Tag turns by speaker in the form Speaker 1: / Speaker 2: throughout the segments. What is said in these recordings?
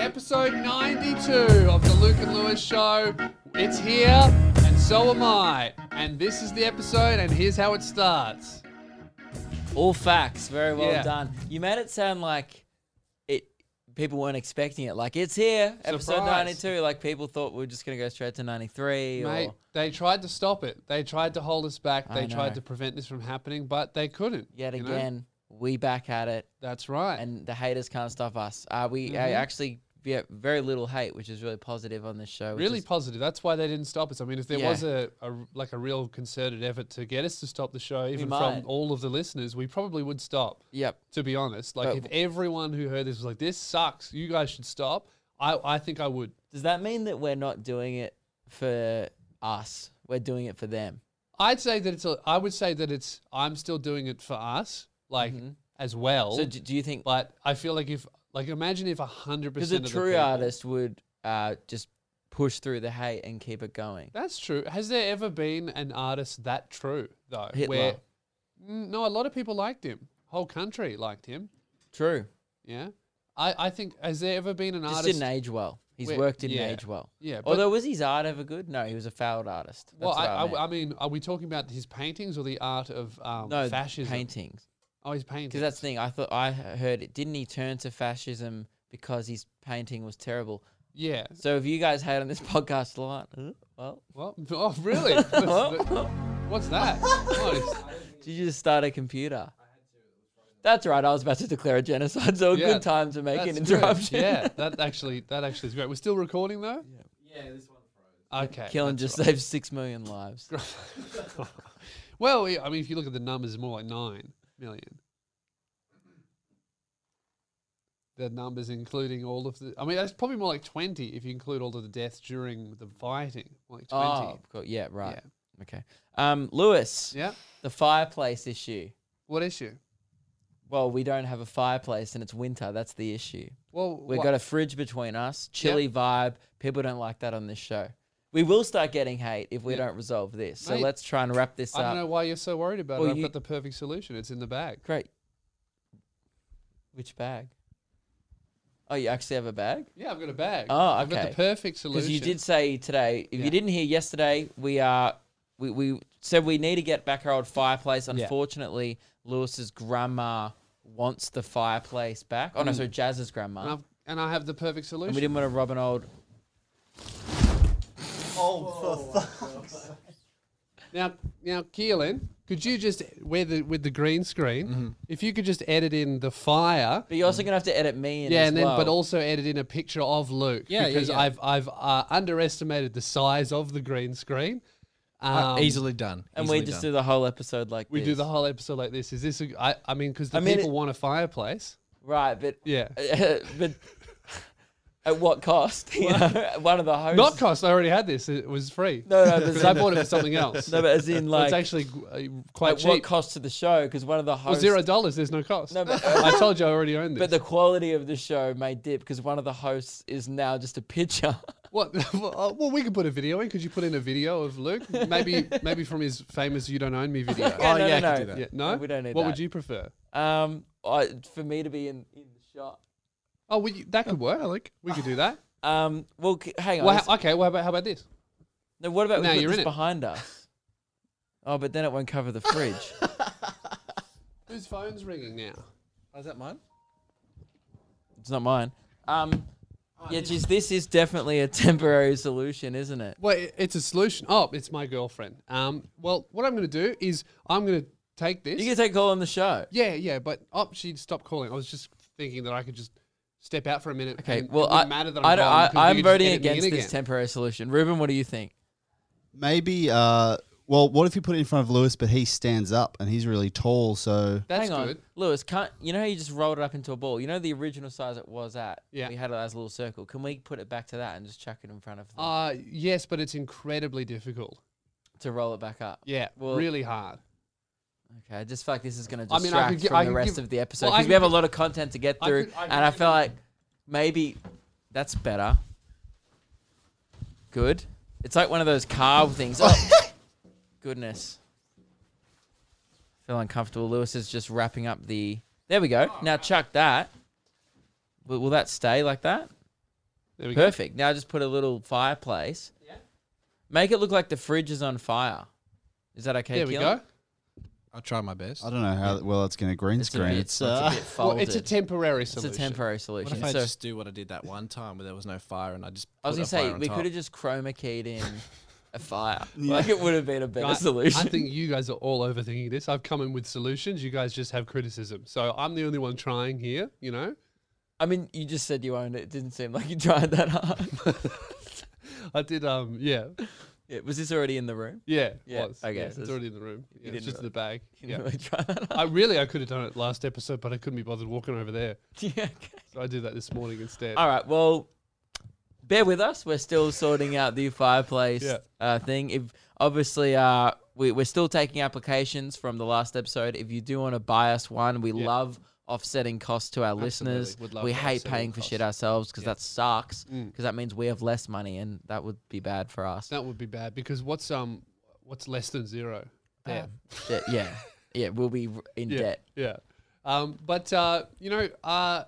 Speaker 1: episode 92 of the Luke and Lewis Show. It's here, and so am I. And this is the episode, and here's how it starts.
Speaker 2: All facts. Very well
Speaker 1: Yeah.
Speaker 2: done. You made it sound like it. People weren't expecting it. Like it's here, episode
Speaker 1: Surprise.
Speaker 2: ninety-two. Like people thought we were just gonna go straight to ninety-three.
Speaker 1: Mate,
Speaker 2: or,
Speaker 1: they tried to stop it. They tried to hold us back.
Speaker 2: I
Speaker 1: They
Speaker 2: know.
Speaker 1: tried to prevent this from happening, but they couldn't.
Speaker 2: yet
Speaker 1: you know?
Speaker 2: again, we back at it,
Speaker 1: That's right.
Speaker 2: and the haters can't stop us. Uh, we uh,
Speaker 1: Mm-hmm.
Speaker 2: actually get very little hate, which is really positive on this show. which
Speaker 1: really
Speaker 2: is-
Speaker 1: positive. That's why they didn't stop us. I mean, if there
Speaker 2: Yeah.
Speaker 1: was a, a r- like a real concerted effort to get us to stop the show, even from
Speaker 2: might.
Speaker 1: all of the listeners, we probably would stop.
Speaker 2: yep.
Speaker 1: To be honest, like
Speaker 2: But
Speaker 1: if everyone who heard this was like, "This sucks," you guys should stop. I I think I would.
Speaker 2: Does that mean that we're not doing it for us? We're doing it for them.
Speaker 1: I'd say that it's. A, I would say that it's. I'm still doing it for us, like as well.
Speaker 2: Mm-hmm. So do, do you think?
Speaker 1: but I feel like if like imagine if hundred
Speaker 2: Because
Speaker 1: percent
Speaker 2: a
Speaker 1: of the
Speaker 2: true
Speaker 1: people-
Speaker 2: artist would uh, just push through the hate and keep it going.
Speaker 1: That's true. Has there ever been an artist that true though?
Speaker 2: Hitler.
Speaker 1: Mm, no, a lot of people liked him. Whole country liked him.
Speaker 2: True.
Speaker 1: Yeah. I, I think has there ever been an
Speaker 2: Just
Speaker 1: artist?
Speaker 2: didn't age well. He's
Speaker 1: Wait,
Speaker 2: worked didn't
Speaker 1: yeah.
Speaker 2: age well.
Speaker 1: Yeah, but-
Speaker 2: Although was his art ever good? No, he was a failed artist. That's
Speaker 1: well,
Speaker 2: what
Speaker 1: I,
Speaker 2: I,
Speaker 1: I,
Speaker 2: meant.
Speaker 1: I mean, are we talking about his paintings or the art of um,
Speaker 2: no
Speaker 1: fascism?
Speaker 2: paintings.
Speaker 1: Oh, his paintings.
Speaker 2: Because that's the thing. I thought I heard it. Didn't he turn to fascism because his painting was terrible?
Speaker 1: yeah.
Speaker 2: So if you guys hate on this podcast a lot, uh, well,
Speaker 1: Well, oh, really? What's that? What is-
Speaker 2: did you just start a computer? That's right. I was about to declare a genocide, so a
Speaker 1: Yeah,
Speaker 2: good time to make an
Speaker 1: That's good.
Speaker 2: interruption.
Speaker 1: Yeah, that actually that actually is great. We're still recording though. Yeah. Yeah, this one. Okay.
Speaker 2: Killing
Speaker 1: that's
Speaker 2: just saved six million lives.
Speaker 1: right. well, yeah, I mean, if you look at the numbers, more like nine million. The numbers, including all of the, I mean, that's probably more like twenty if you include all of the deaths during the fighting, more like twenty.
Speaker 2: Oh, cool. yeah, right. Okay. Um, Lewis,
Speaker 1: Yeah.
Speaker 2: the fireplace issue.
Speaker 1: What issue?
Speaker 2: Well, we don't have a fireplace and it's winter. That's the issue.
Speaker 1: Well,
Speaker 2: We've
Speaker 1: what-
Speaker 2: got a fridge between us, chilly vibe. People don't like that on this show. We will start getting hate if we
Speaker 1: Yeah.
Speaker 2: don't resolve this. So
Speaker 1: Mate,
Speaker 2: let's try and wrap this
Speaker 1: I
Speaker 2: up.
Speaker 1: don't know why you're so worried about
Speaker 2: Well,
Speaker 1: it. I've
Speaker 2: you-
Speaker 1: got the perfect solution. It's in the bag.
Speaker 2: Great. Which bag? Oh, you actually have a bag?
Speaker 1: Yeah, I've got a bag.
Speaker 2: Oh,
Speaker 1: I've got the
Speaker 2: okay.
Speaker 1: perfect
Speaker 2: Because
Speaker 1: solution.
Speaker 2: you did say today, if
Speaker 1: Yeah.
Speaker 2: you didn't hear yesterday, we are we, we said we need to get back our old fireplace. Unfortunately, Lewis's grandma wants the fireplace back. Oh no, so Jazz's grandma.
Speaker 1: Mm. and, I've, and I have the perfect
Speaker 2: And
Speaker 1: solution.
Speaker 2: we didn't want to rob an old.
Speaker 1: Now, now, Keelan, could you just with the with the green screen,
Speaker 2: Mm-hmm.
Speaker 1: if you could just edit in the fire,
Speaker 2: But you're also gonna have to edit me in.
Speaker 1: yeah,
Speaker 2: as
Speaker 1: and then
Speaker 2: well.
Speaker 1: but also edit in a picture of Luke,
Speaker 3: Yeah, yeah,
Speaker 1: because
Speaker 3: yeah.
Speaker 1: I've I've uh, underestimated the size of the green screen.
Speaker 2: Uh,
Speaker 1: Um,
Speaker 3: easily done.
Speaker 2: and we just do the whole episode like
Speaker 1: We do
Speaker 2: this.
Speaker 1: the whole episode like this. Is this? A, I I mean, because the
Speaker 2: I mean, Uh,
Speaker 1: people
Speaker 2: it-
Speaker 1: want a fireplace.
Speaker 2: right, but
Speaker 1: Yeah.
Speaker 2: but at what cost? You know, one of the hosts.
Speaker 1: Not cost. I already had this. It was free.
Speaker 2: No, no, but-
Speaker 1: 'Cause I bought it for something else.
Speaker 2: no, but as in
Speaker 1: Well, it's
Speaker 2: like
Speaker 1: actually uh, quite
Speaker 2: at what
Speaker 1: cheap.
Speaker 2: cost to the show? Because one of the
Speaker 1: Well,
Speaker 2: hosts.
Speaker 1: zero dollars. There's no cost.
Speaker 2: No, but- uh,
Speaker 1: I told you I already owned this.
Speaker 2: But the quality of the show may dip because one of the hosts is now just a picture.
Speaker 1: What? Well, uh, well, we could put a video in. Could you put in a video of Luke? Maybe, maybe from his famous "You Don't Own Me" video.
Speaker 2: Yeah,
Speaker 3: Oh, yeah, I could do that.
Speaker 1: yeah, no,
Speaker 2: we don't need
Speaker 1: What
Speaker 2: that.
Speaker 1: would you prefer?
Speaker 2: Um, I, for me to be in, in the shot.
Speaker 1: Oh, would you, that could work. I like. We could do that.
Speaker 2: Um, well, c- hang on.
Speaker 1: Well,
Speaker 2: let's-
Speaker 1: how, okay. Well, how about, how about this?
Speaker 2: no, what about we
Speaker 1: now
Speaker 2: put
Speaker 1: you're
Speaker 2: this
Speaker 1: in it.
Speaker 2: behind us? Oh, but then it won't cover the fridge.
Speaker 1: Whose phone's ringing now?
Speaker 3: Is that mine?
Speaker 2: it's not mine. Um, yeah, geez, this is definitely a temporary solution, isn't it?
Speaker 1: Well, it, it's a solution. Oh, it's my girlfriend. Um. Well, what I'm going to do is I'm going to take this.
Speaker 2: You can take a call on the show.
Speaker 1: yeah, yeah. But oh, she stopped calling. I was just thinking that I could just step out for a minute.
Speaker 2: Okay,
Speaker 1: and it
Speaker 2: well,
Speaker 1: wouldn't
Speaker 2: I,
Speaker 1: matter that I'm
Speaker 2: I, don't,
Speaker 1: calling
Speaker 2: I,
Speaker 1: 'cause you
Speaker 2: I'm
Speaker 1: could just
Speaker 2: voting
Speaker 1: edit me in
Speaker 2: against this
Speaker 1: again.
Speaker 2: temporary solution. Ruben, what do you think?
Speaker 4: Maybe. Uh, well, what if you put it in front of Lewis, but he stands up and he's really tall, so
Speaker 1: That's
Speaker 2: Hang on,
Speaker 1: good.
Speaker 2: Lewis. Can't you know how you just rolled it up into a ball? You know the original size it was at.
Speaker 1: Yeah.
Speaker 2: we had it as a little circle. Can we put it back to that and just chuck it in front of them
Speaker 1: Uh, yes, but it's incredibly difficult.
Speaker 2: to roll it back up?
Speaker 1: Yeah,
Speaker 2: Well-
Speaker 1: really hard.
Speaker 2: Okay, I just feel like this is going to
Speaker 1: I mean,
Speaker 2: distract
Speaker 1: I could gi-
Speaker 2: from
Speaker 1: I
Speaker 2: the
Speaker 1: could
Speaker 2: rest
Speaker 1: give-
Speaker 2: of the episode
Speaker 1: well, I
Speaker 2: because
Speaker 1: could
Speaker 2: we have a
Speaker 1: gi-
Speaker 2: lot of content to get
Speaker 1: I
Speaker 2: through,
Speaker 1: could- I
Speaker 2: and I
Speaker 1: could
Speaker 2: feel like maybe that's better. Good. It's like one of those car things. Oh, goodness. Feel uncomfortable. Lewis is just wrapping
Speaker 1: Oh.
Speaker 2: up the. There we go. Now chuck that. Will, will that stay like that?
Speaker 1: There we go.
Speaker 2: Perfect. Now just put a little fireplace. Yeah. Make it look like the fridge is on fire. Is that okay?
Speaker 1: There we
Speaker 2: Keelan?
Speaker 1: go. I'll try my best.
Speaker 4: I don't know how well that's going to green
Speaker 2: It's a
Speaker 4: screen.
Speaker 2: bit,
Speaker 4: It's,
Speaker 2: it's
Speaker 4: uh,
Speaker 2: a bit
Speaker 1: Well,
Speaker 2: folded.
Speaker 1: it's a temporary
Speaker 2: It's a
Speaker 1: solution.
Speaker 2: temporary
Speaker 3: What
Speaker 2: solution.
Speaker 3: if I
Speaker 2: so
Speaker 3: just do what I did that one time where there was no fire and I just
Speaker 2: I was
Speaker 3: put
Speaker 2: gonna
Speaker 3: a fire
Speaker 2: say
Speaker 3: on
Speaker 2: we
Speaker 3: top?
Speaker 2: could have just chroma keyed in a fire. Like it would have been a better
Speaker 1: I-
Speaker 2: solution.
Speaker 1: I think you guys are all overthinking this. I've come in with solutions. You guys just have criticism. So I'm the only one trying here, you know?
Speaker 2: I mean, you just said you owned it. It didn't seem like you tried that hard.
Speaker 1: I did, um, yeah.
Speaker 2: yeah, was this already in the room?
Speaker 1: Yeah, it
Speaker 2: Yeah,
Speaker 1: was.
Speaker 2: I
Speaker 1: Yeah,
Speaker 2: guess
Speaker 1: it's
Speaker 2: it's-
Speaker 1: already in the room. Yeah,
Speaker 2: didn't
Speaker 1: it's just in
Speaker 2: really-
Speaker 1: the bag.
Speaker 2: You didn't
Speaker 1: Yeah.
Speaker 2: really try that hard.
Speaker 1: I really, I could have done it last episode, but I couldn't be bothered walking over there.
Speaker 2: yeah, okay.
Speaker 1: So I did that this morning instead.
Speaker 2: All right. Well, bear with us. We're still sorting out the fireplace
Speaker 1: Yeah.
Speaker 2: uh, thing. If obviously, uh, we, we're still taking applications from the last episode. If you do want to buy us one, we
Speaker 1: Yeah.
Speaker 2: love offsetting costs to our listeners.
Speaker 1: Would love
Speaker 2: we
Speaker 1: to
Speaker 2: hate
Speaker 1: offset
Speaker 2: paying
Speaker 1: all
Speaker 2: for
Speaker 1: costs.
Speaker 2: shit ourselves because that sucks. Because
Speaker 1: Mm.
Speaker 2: that means we have less money, and that would be bad for us.
Speaker 1: That would be bad because what's um what's less than zero? Debt.
Speaker 2: Um, yeah, yeah, yeah, we'll be r- in
Speaker 1: yeah,
Speaker 2: debt.
Speaker 1: Yeah. Um, but uh, you know, uh,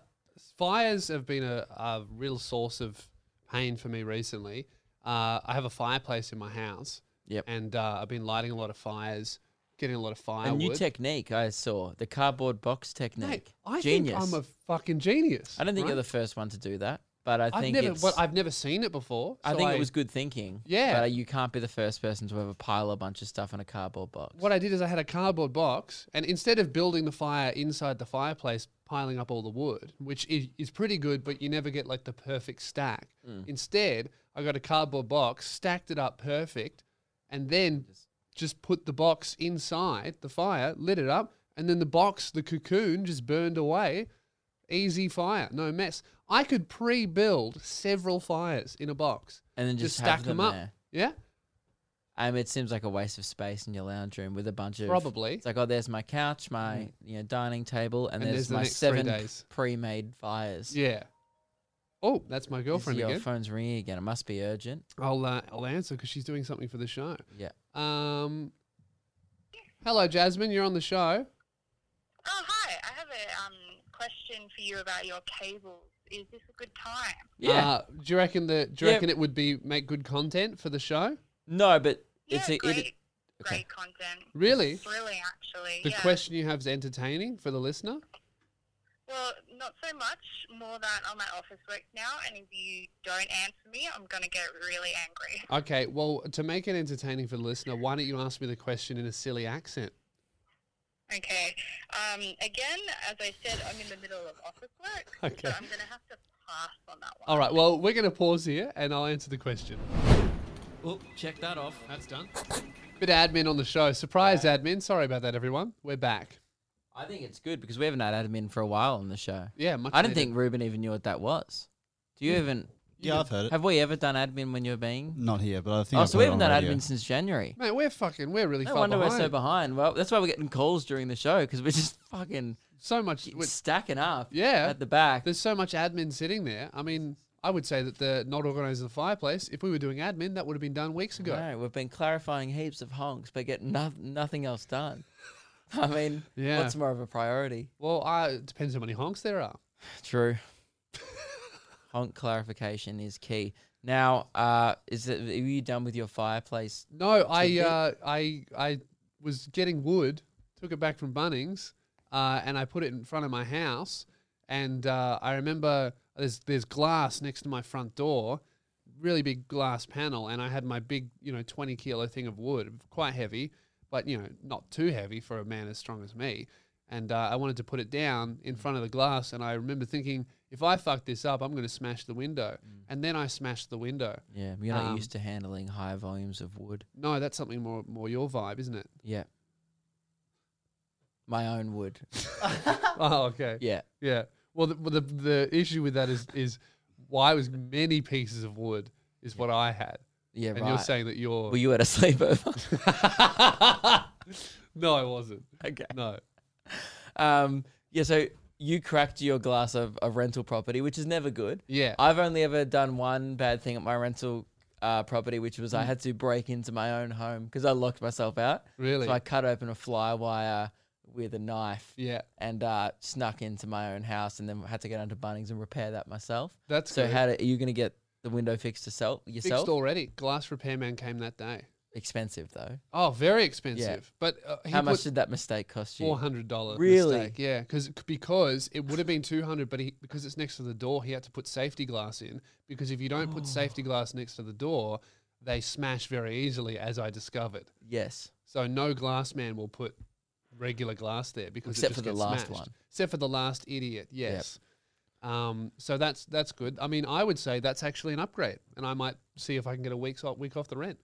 Speaker 1: fires have been a, a real source of pain for me recently. Uh, I have a fireplace in my house.
Speaker 2: Yep.
Speaker 1: And uh, I've been lighting a lot of fires, getting a lot of
Speaker 2: A
Speaker 1: firewood.
Speaker 2: new technique I saw the cardboard box technique.
Speaker 1: Mate, I
Speaker 2: Genius.
Speaker 1: think I'm a fucking genius.
Speaker 2: I don't think
Speaker 1: right?
Speaker 2: you're the first one to do that, but I
Speaker 1: I've
Speaker 2: think
Speaker 1: never,
Speaker 2: it's.
Speaker 1: well, I've never seen it before.
Speaker 2: I
Speaker 1: so
Speaker 2: think it was good thinking.
Speaker 1: Yeah.
Speaker 2: But you can't be the first person to ever pile a bunch of stuff in a cardboard box.
Speaker 1: What I did is I had a cardboard box, and instead of building the fire inside the fireplace, piling up all the wood, which is, is pretty good, but you never get like the perfect stack. Instead, I got a cardboard box, stacked it up perfect, and then just put the box inside the fire, lit it up, and then the box, the cocoon, just burned away. Easy fire, no mess. I could pre build several fires in a box.
Speaker 2: and then just,
Speaker 1: Just,
Speaker 2: have
Speaker 1: stack them, up.
Speaker 2: There.
Speaker 1: Yeah?
Speaker 2: I mean, it seems like a waste of space in your lounge room with a bunch of.
Speaker 1: Probably. Mm.
Speaker 2: It's like, oh, there's my couch, my you know dining table, and,
Speaker 1: And there's
Speaker 2: there's,
Speaker 1: the
Speaker 2: my
Speaker 1: next three
Speaker 2: seven
Speaker 1: days.
Speaker 2: pre-made fires.
Speaker 1: Yeah. Oh, that's my
Speaker 2: This is
Speaker 1: girlfriend
Speaker 2: your
Speaker 1: again.
Speaker 2: phone's ringing again. It must be urgent.
Speaker 1: I'll uh, I'll answer because she's doing something for the show.
Speaker 2: Yeah.
Speaker 1: Um, hello, Jasmine. You're on the show.
Speaker 5: Oh, hi. I have a um, question for you about your cables. Is this a good time?
Speaker 2: Yeah.
Speaker 1: Uh, do you reckon the Do you
Speaker 2: Yeah.
Speaker 1: reckon it would be make good content for the show?
Speaker 2: no, but
Speaker 5: Yeah,
Speaker 2: it's a,
Speaker 5: great,
Speaker 2: it, okay.
Speaker 5: great content.
Speaker 1: Really?
Speaker 5: Thrilling, actually.
Speaker 1: The
Speaker 5: yeah.
Speaker 1: question you have is entertaining for the listener.
Speaker 5: Well, not so much. More that on my office work now, and if you don't answer me, I'm going to get really angry.
Speaker 1: Okay. Well, to make it entertaining for the listener, why don't you ask me the question in a silly accent?
Speaker 5: Okay. Um, again, as I said, I'm in the middle of office work,
Speaker 1: Okay.
Speaker 5: so I'm going to have to pass on that one.
Speaker 1: All right. Well, we're going to pause here, and I'll answer the question.
Speaker 2: Oh, check that off.
Speaker 1: That's done. Bit of admin on the show. Surprise admin. Sorry about that, everyone. We're back.
Speaker 2: I think it's good because we haven't had admin for a while on the show.
Speaker 1: Yeah. Much
Speaker 2: I don't
Speaker 1: needed.
Speaker 2: think Ruben even knew what that was. Do you even
Speaker 4: yeah, I've heard it.
Speaker 2: have we ever done admin when you're being?
Speaker 4: Not here, but I think.
Speaker 2: Oh,
Speaker 4: I've
Speaker 2: so
Speaker 4: heard
Speaker 2: we
Speaker 4: it
Speaker 2: haven't
Speaker 4: on
Speaker 2: done
Speaker 4: radio.
Speaker 2: admin since January.
Speaker 1: Mate, we're fucking. We're really
Speaker 2: No
Speaker 1: far
Speaker 2: wonder
Speaker 1: behind.
Speaker 2: we're so behind. Well, that's why we're getting calls during the show because we're just fucking
Speaker 1: So much. we're-
Speaker 2: stacking up.
Speaker 1: Yeah.
Speaker 2: at the back.
Speaker 1: There's so much admin sitting there. I mean, I would say that the not organising the fireplace, if we were doing admin, that would have been done weeks ago.
Speaker 2: No, we've been clarifying heaps of honks, but getting no- nothing else done. I mean,
Speaker 1: Yeah.
Speaker 2: what's more of a priority?
Speaker 1: Well, I, it depends how many honks there are.
Speaker 2: True. Honk clarification is key. Now, uh, is it, are you done with your fireplace?
Speaker 1: No, I,
Speaker 2: Tidbit.
Speaker 1: uh, I, I was getting wood, took it back from Bunnings, uh, and I put it in front of my house. And uh, I remember there's there's glass next to my front door, really big glass panel, and I had my big you know 20 kilo thing of wood, quite heavy, but you know not too heavy for a man as strong as me. And uh, I wanted to put it down in front of the glass, and I remember thinking, if I fuck this up, I'm going to smash the window. And then I smashed the window.
Speaker 2: Yeah, you're not
Speaker 1: Um,
Speaker 2: used to handling high volumes of wood.
Speaker 1: No, that's something more more your vibe, isn't it?
Speaker 2: Yeah. My own wood.
Speaker 1: Oh, okay.
Speaker 2: Yeah.
Speaker 1: Yeah. Well, the, well, the the issue with that is is why was many pieces of wood is what I had,
Speaker 2: Yeah,
Speaker 1: and
Speaker 2: right.
Speaker 1: you're saying that you're.
Speaker 2: Were you at a sleepover?
Speaker 1: no, I wasn't.
Speaker 2: okay.
Speaker 1: No.
Speaker 2: Um, yeah, so you cracked your glass of a rental property, which is never good.
Speaker 1: Yeah.
Speaker 2: I've only ever done one bad thing at my rental uh, property, which was I
Speaker 1: Mm.
Speaker 2: had to break into my own home because I locked myself out.
Speaker 1: Really?
Speaker 2: So I cut open a fly wire with a knife
Speaker 1: yeah.
Speaker 2: and uh, snuck into my own house and then had to go down to Bunnings and repair that myself.
Speaker 1: That's
Speaker 2: So
Speaker 1: good.
Speaker 2: how do, are you going to get the window fixed to sell yourself.
Speaker 1: Fixed already. Glass repairman came that day.
Speaker 2: Expensive though.
Speaker 1: Oh, very expensive. But uh, he
Speaker 2: How much
Speaker 1: put
Speaker 2: did that mistake cost you?
Speaker 1: four hundred dollars.
Speaker 2: Really?
Speaker 1: Mistake. Yeah, because because it would have been two hundred, but he because it's next to the door, he had to put safety glass in. Because if you don't put safety
Speaker 2: Oh.
Speaker 1: glass next to the door, they smash very easily, as I discovered.
Speaker 2: Yes.
Speaker 1: So no glass man will put regular glass there because
Speaker 2: Except
Speaker 1: it just
Speaker 2: for the
Speaker 1: gets
Speaker 2: last
Speaker 1: smashed.
Speaker 2: one.
Speaker 1: Except for the last idiot, yes. Um, so that's that's good. I mean, I would say that's actually an upgrade, and I might see if I can get a week's off, week off the rent.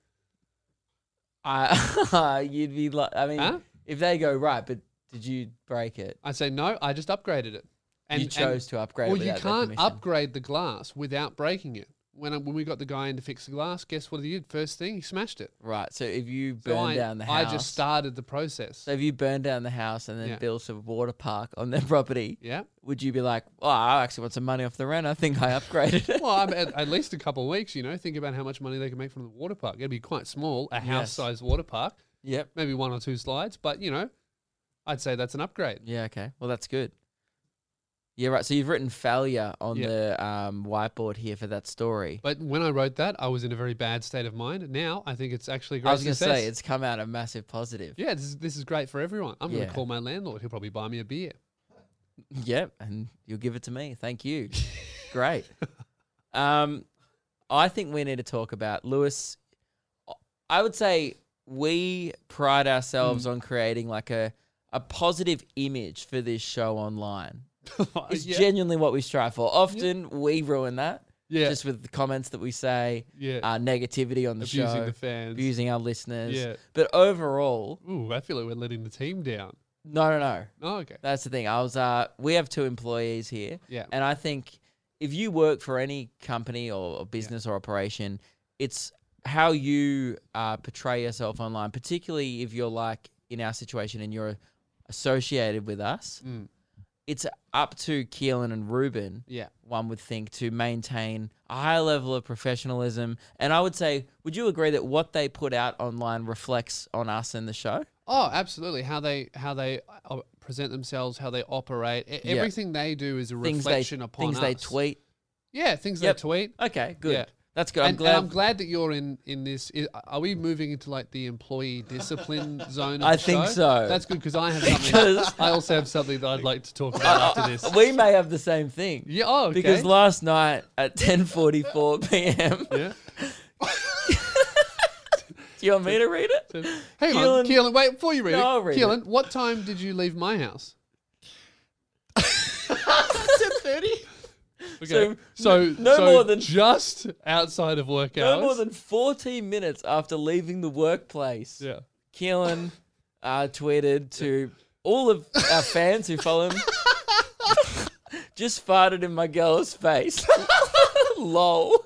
Speaker 2: I you'd be like, I mean,
Speaker 1: Huh?
Speaker 2: if they go right, but did you break it?
Speaker 1: I say no. I just upgraded it.
Speaker 2: you chose to upgrade.
Speaker 1: Well, you
Speaker 2: without their
Speaker 1: can't
Speaker 2: permission.
Speaker 1: upgrade the glass without breaking it. When I, when we got the guy in to fix the glass, guess what he did? First thing, he smashed it.
Speaker 2: Right. So if you
Speaker 1: So
Speaker 2: burn
Speaker 1: I,
Speaker 2: down the
Speaker 1: I
Speaker 2: house,
Speaker 1: just started the process.
Speaker 2: So if you burn down the house and then
Speaker 1: Yeah.
Speaker 2: built a water park on their property,
Speaker 1: yeah.
Speaker 2: would you be like, "Oh, I actually want some money off the rent. I think I upgraded it."
Speaker 1: Well, I'm at, at least a couple of weeks. You know, think about how much money they can make from the water park. It'd be quite small, a house-sized water park,
Speaker 2: yep.
Speaker 1: maybe one or two slides. But you know, I'd say that's an upgrade.
Speaker 2: Yeah. Okay. Well, that's good. Yeah. Right. So you've written failure on
Speaker 1: Yeah.
Speaker 2: the um, whiteboard here for that story.
Speaker 1: But when I wrote that, I was in a very bad state of mind. Now I think it's actually a great.
Speaker 2: I was going to
Speaker 1: success.
Speaker 2: say it's come out a massive positive.
Speaker 1: yeah, this is, this is great for everyone. I'm going
Speaker 2: Yeah.
Speaker 1: to call my landlord. He'll probably buy me a beer.
Speaker 2: Yep, and you'll give it to me. Thank you. Great. Um, I think we need to talk about Lewis. I would say we pride ourselves
Speaker 1: Hmm.
Speaker 2: on creating like a a positive image for this show online. It's
Speaker 1: Uh, yeah.
Speaker 2: genuinely what we strive for. Often we ruin that
Speaker 1: yeah.
Speaker 2: just with the comments that we say,
Speaker 1: yeah.
Speaker 2: uh, negativity on the
Speaker 1: abusing
Speaker 2: show,
Speaker 1: the fans.
Speaker 2: abusing our listeners.
Speaker 1: Yeah.
Speaker 2: But overall,
Speaker 1: Ooh, I feel like we're letting the team down.
Speaker 2: no, no, no.
Speaker 1: Oh, okay.
Speaker 2: That's the thing. I was uh we have two employees here.
Speaker 1: Yeah.
Speaker 2: And I think if you work for any company or, or business or operation, it's how you uh, portray yourself online, particularly if you're like in our situation and you're associated with us.
Speaker 1: Mm.
Speaker 2: It's up to Keelan and Ruben,
Speaker 1: Yeah.
Speaker 2: one would think, to maintain a high level of professionalism. And I would say, would you agree that what they put out online reflects on us and the show?
Speaker 1: Oh, absolutely. How they how they uh, present themselves, how they operate, E-
Speaker 2: Yeah.
Speaker 1: everything they do is a
Speaker 2: Things they,
Speaker 1: reflection upon
Speaker 2: things
Speaker 1: us.
Speaker 2: they tweet.
Speaker 1: Yeah, things
Speaker 2: Yep.
Speaker 1: they tweet.
Speaker 2: Okay, good.
Speaker 1: Yeah.
Speaker 2: That's good.
Speaker 1: And
Speaker 2: I'm glad.
Speaker 1: I'm glad that you're in in this. i- Are we moving into like the employee discipline zone? Of
Speaker 2: I
Speaker 1: the
Speaker 2: think
Speaker 1: show?
Speaker 2: so.
Speaker 1: That's good because I have something.
Speaker 2: Because-
Speaker 1: I also have something that I'd like to talk about after this.
Speaker 2: we may have the same thing.
Speaker 1: Yeah. Oh, okay.
Speaker 2: Because last night at 10:44 p.m. Do
Speaker 1: yeah.
Speaker 2: you want me to read it?
Speaker 1: So- Hang on,
Speaker 2: Keelan-
Speaker 1: Keelan. Wait before you read
Speaker 2: No,
Speaker 1: it.
Speaker 2: I'll read it.
Speaker 1: Keelan, what time did you leave my house?
Speaker 2: 10:30.
Speaker 1: Okay. So,
Speaker 2: So, n- no
Speaker 1: so
Speaker 2: more than-
Speaker 1: just outside of work hours.
Speaker 2: No more than 14 minutes after leaving the workplace,
Speaker 1: yeah.
Speaker 2: Keelan uh, tweeted to all of our fans who follow him. Just farted in my girl's face. Lol.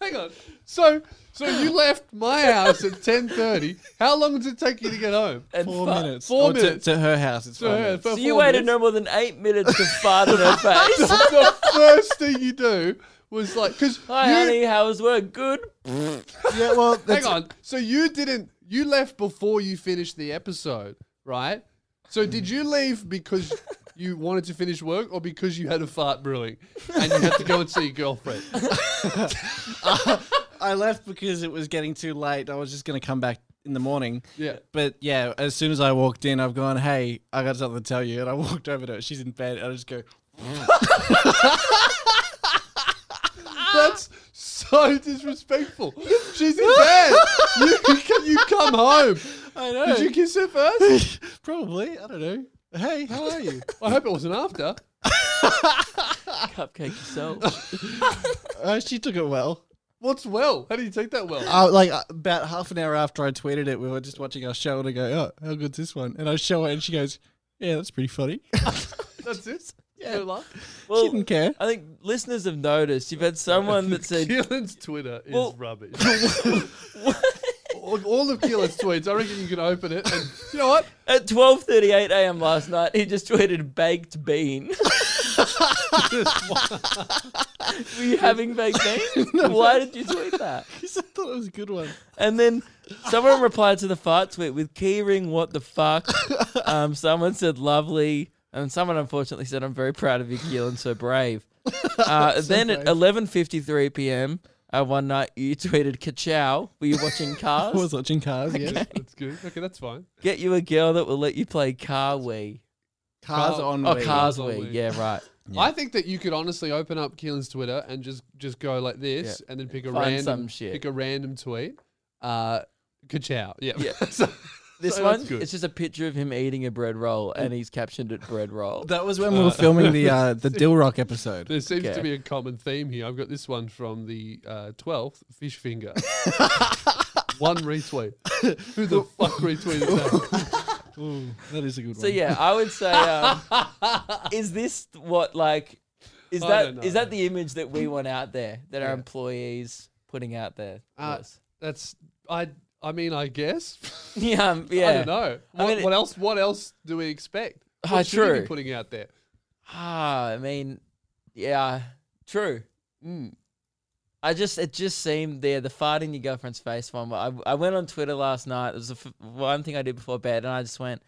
Speaker 1: Hang on. So so you left my house at ten thirty. How long did it take you to get home?
Speaker 2: And
Speaker 3: Four
Speaker 2: fa-
Speaker 3: minutes.
Speaker 1: four
Speaker 3: Oh, to-
Speaker 1: minutes.
Speaker 3: To, her house. It's
Speaker 1: So, uh,
Speaker 3: four minutes.
Speaker 1: for
Speaker 2: So you
Speaker 1: four
Speaker 2: waited
Speaker 1: minutes.
Speaker 2: no more than eight minutes to fart in her face.
Speaker 1: the first thing you do was like because
Speaker 2: Hi,
Speaker 1: you,
Speaker 2: honey. How was work? Good.
Speaker 4: yeah, well,
Speaker 1: hang on. So you didn't you left before you finished the episode, right? So did you leave because you wanted to finish work or because you had a fart brewing and you had to go and see your girlfriend?
Speaker 3: I left because it was getting too late. I was just going to come back in the morning.
Speaker 1: Yeah.
Speaker 3: But yeah, as soon as I walked in, I've gone, hey, I got something to tell you. And I walked over to her. She's in bed. And I just go,
Speaker 1: That's so disrespectful. She's in bed. You, you come home.
Speaker 3: I know.
Speaker 1: Did you kiss her first?
Speaker 3: Probably. I don't know. Hey, how are you?
Speaker 1: I hope it wasn't after.
Speaker 2: Cupcake yourself.
Speaker 3: uh, she took it well.
Speaker 1: What's well? How do you take that well?
Speaker 3: Uh, like uh, about half an hour after I tweeted it, we were just watching our show and I go, oh, how good's this one? And I show her and she goes, yeah, that's pretty funny.
Speaker 1: That's it.
Speaker 3: Yeah.
Speaker 1: No luck.
Speaker 2: Well,
Speaker 3: she didn't care.
Speaker 2: I think listeners have noticed you've had someone that said,
Speaker 1: Keelan's Twitter is
Speaker 2: Well-
Speaker 1: rubbish. all, all of Keelan's tweets, I reckon you can open it. And you know what?
Speaker 2: at 12:38 a.m. last night, he just tweeted baked bean. Were you having baked beans? Why did you tweet that?
Speaker 3: I thought it was a good one.
Speaker 2: And then someone replied to the fart tweet with keyring what the fuck. Um, someone said lovely, and someone unfortunately said I'm very proud of you, Keelan, so brave. Uh, then at 11:53 p.m., Uh, one night you tweeted, "Kachow, were you watching
Speaker 3: I
Speaker 2: Cars?
Speaker 3: was watching Cars. Yeah,
Speaker 1: That's good. Okay, that's fine.
Speaker 2: Get you a girl that will let you play Car Wii.
Speaker 3: Cars
Speaker 1: Oh,
Speaker 3: on.
Speaker 2: Oh, Cars
Speaker 3: Wii.
Speaker 1: Cars on
Speaker 2: Wii.
Speaker 1: Wii.
Speaker 2: Yeah, right.
Speaker 4: Yeah.
Speaker 1: I think that you could honestly open up Keelan's Twitter and just just go like this, and then pick a
Speaker 2: Find
Speaker 1: random
Speaker 2: some shit.
Speaker 1: pick a random tweet. Uh, ka-chow. Yeah.
Speaker 2: Yeah.
Speaker 1: So-
Speaker 2: This
Speaker 1: so that's
Speaker 2: one,
Speaker 1: good.
Speaker 2: it's just a picture of him eating a bread roll, and he's captioned it "bread roll."
Speaker 3: That was when we were filming the uh, the Dill Rock episode.
Speaker 1: There seems
Speaker 2: Okay.
Speaker 1: to be a common theme here. I've got this one from the uh, 12th, Fish Finger. one retweet. Who the fuck retweeted that?
Speaker 3: Ooh, that is a good
Speaker 2: So
Speaker 3: one.
Speaker 2: yeah, I would say, um, is this what like, is
Speaker 1: I
Speaker 2: that
Speaker 1: don't
Speaker 2: is
Speaker 1: know.
Speaker 2: that the image that we want out there that our
Speaker 1: Yeah.
Speaker 2: employees putting out there?
Speaker 1: Uh,
Speaker 2: Lewis?
Speaker 1: That's, I I mean, I guess.
Speaker 2: yeah, um,
Speaker 1: I
Speaker 2: yeah.
Speaker 1: don't know.
Speaker 2: I
Speaker 1: What,
Speaker 2: mean,
Speaker 1: what else What else do we expect? What
Speaker 2: Ah,
Speaker 1: should we
Speaker 2: true.
Speaker 1: be putting out there?
Speaker 2: Ah, I mean, yeah, true.
Speaker 1: Mm.
Speaker 2: I just it just seemed there the fart in your girlfriend's face one. I I went on Twitter last night. It was the f- one thing I did before bed, and I just went,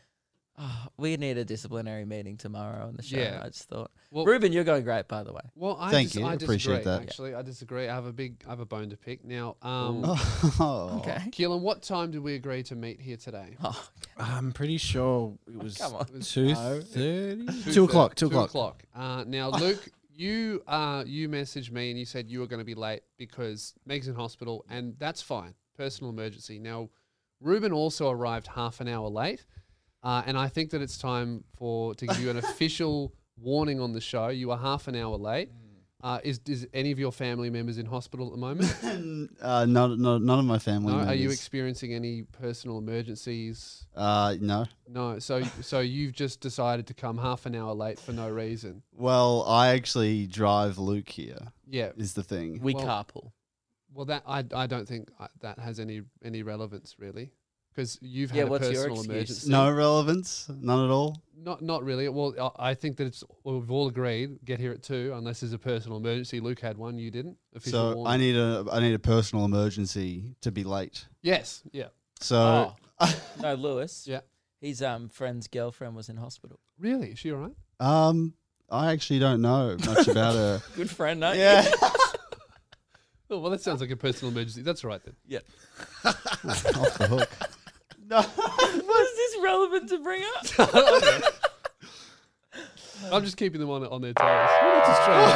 Speaker 2: oh, "We need a disciplinary meeting tomorrow on the show."
Speaker 1: Yeah.
Speaker 2: I just thought,
Speaker 1: Well-
Speaker 2: Ruben, you're going great, by the way.
Speaker 1: Well, I,
Speaker 4: Thank
Speaker 1: dis-
Speaker 4: you.
Speaker 1: I disagree,
Speaker 4: Appreciate that.
Speaker 1: Actually, I disagree. I have a big, I have a bone to pick. Now, um,
Speaker 4: Oh.
Speaker 2: Okay.
Speaker 1: Keelan, what time did we agree to meet here today?
Speaker 2: Oh,
Speaker 3: I'm pretty sure it was
Speaker 2: come on.
Speaker 3: two thirty.
Speaker 1: thir-
Speaker 3: Two o'clock. Two
Speaker 1: Two
Speaker 3: o'clock.
Speaker 1: o'clock. Uh, now, Luke, you uh, you messaged me and you said you were going to be late because Meg's in hospital, and that's fine. Personal emergency. Now, Ruben also arrived half an hour late, uh, and I think that it's time for to give you an official warning on the show. You are half an hour late.
Speaker 3: Mm.
Speaker 1: Uh, is is any of your family members in hospital at the moment?
Speaker 4: uh, not, not, none of my family.
Speaker 1: No, are you
Speaker 4: members.
Speaker 1: experiencing any personal emergencies?
Speaker 4: uh, no.
Speaker 1: No. So so you've just decided to come half an hour late for no reason.
Speaker 4: Well, I actually drive Luke here.
Speaker 1: Yeah.
Speaker 4: Is the thing.
Speaker 2: we
Speaker 1: Well-
Speaker 2: carpool.
Speaker 1: Well, that I, I don't think uh, that has any any relevance really, because you've
Speaker 2: Yeah,
Speaker 1: had a
Speaker 2: what's your
Speaker 1: personal
Speaker 2: excuse?
Speaker 1: emergency.
Speaker 4: no relevance, none at all.
Speaker 1: Not not really. Well, I- I think that it's well, we've all agreed get here at two unless there's a personal emergency. Luke had one, you didn't. Official
Speaker 4: so I
Speaker 1: warning.
Speaker 4: need a I need a personal emergency to be late.
Speaker 1: yes, yeah, Ah.
Speaker 4: So
Speaker 2: Oh. No, Lewis.
Speaker 1: uh, Yeah.
Speaker 2: His um friend's girlfriend was in hospital.
Speaker 1: really. Is she all right?
Speaker 4: um, I actually don't know much about her.
Speaker 2: Good friend, eh? no?
Speaker 4: Yeah.
Speaker 1: Oh, well, that sounds like a personal emergency. That's all right then.
Speaker 2: yeah.
Speaker 4: Off the hook. No.
Speaker 2: What is this relevant to bring up?
Speaker 1: I'm just keeping them on on their toes. Well, that's Australia.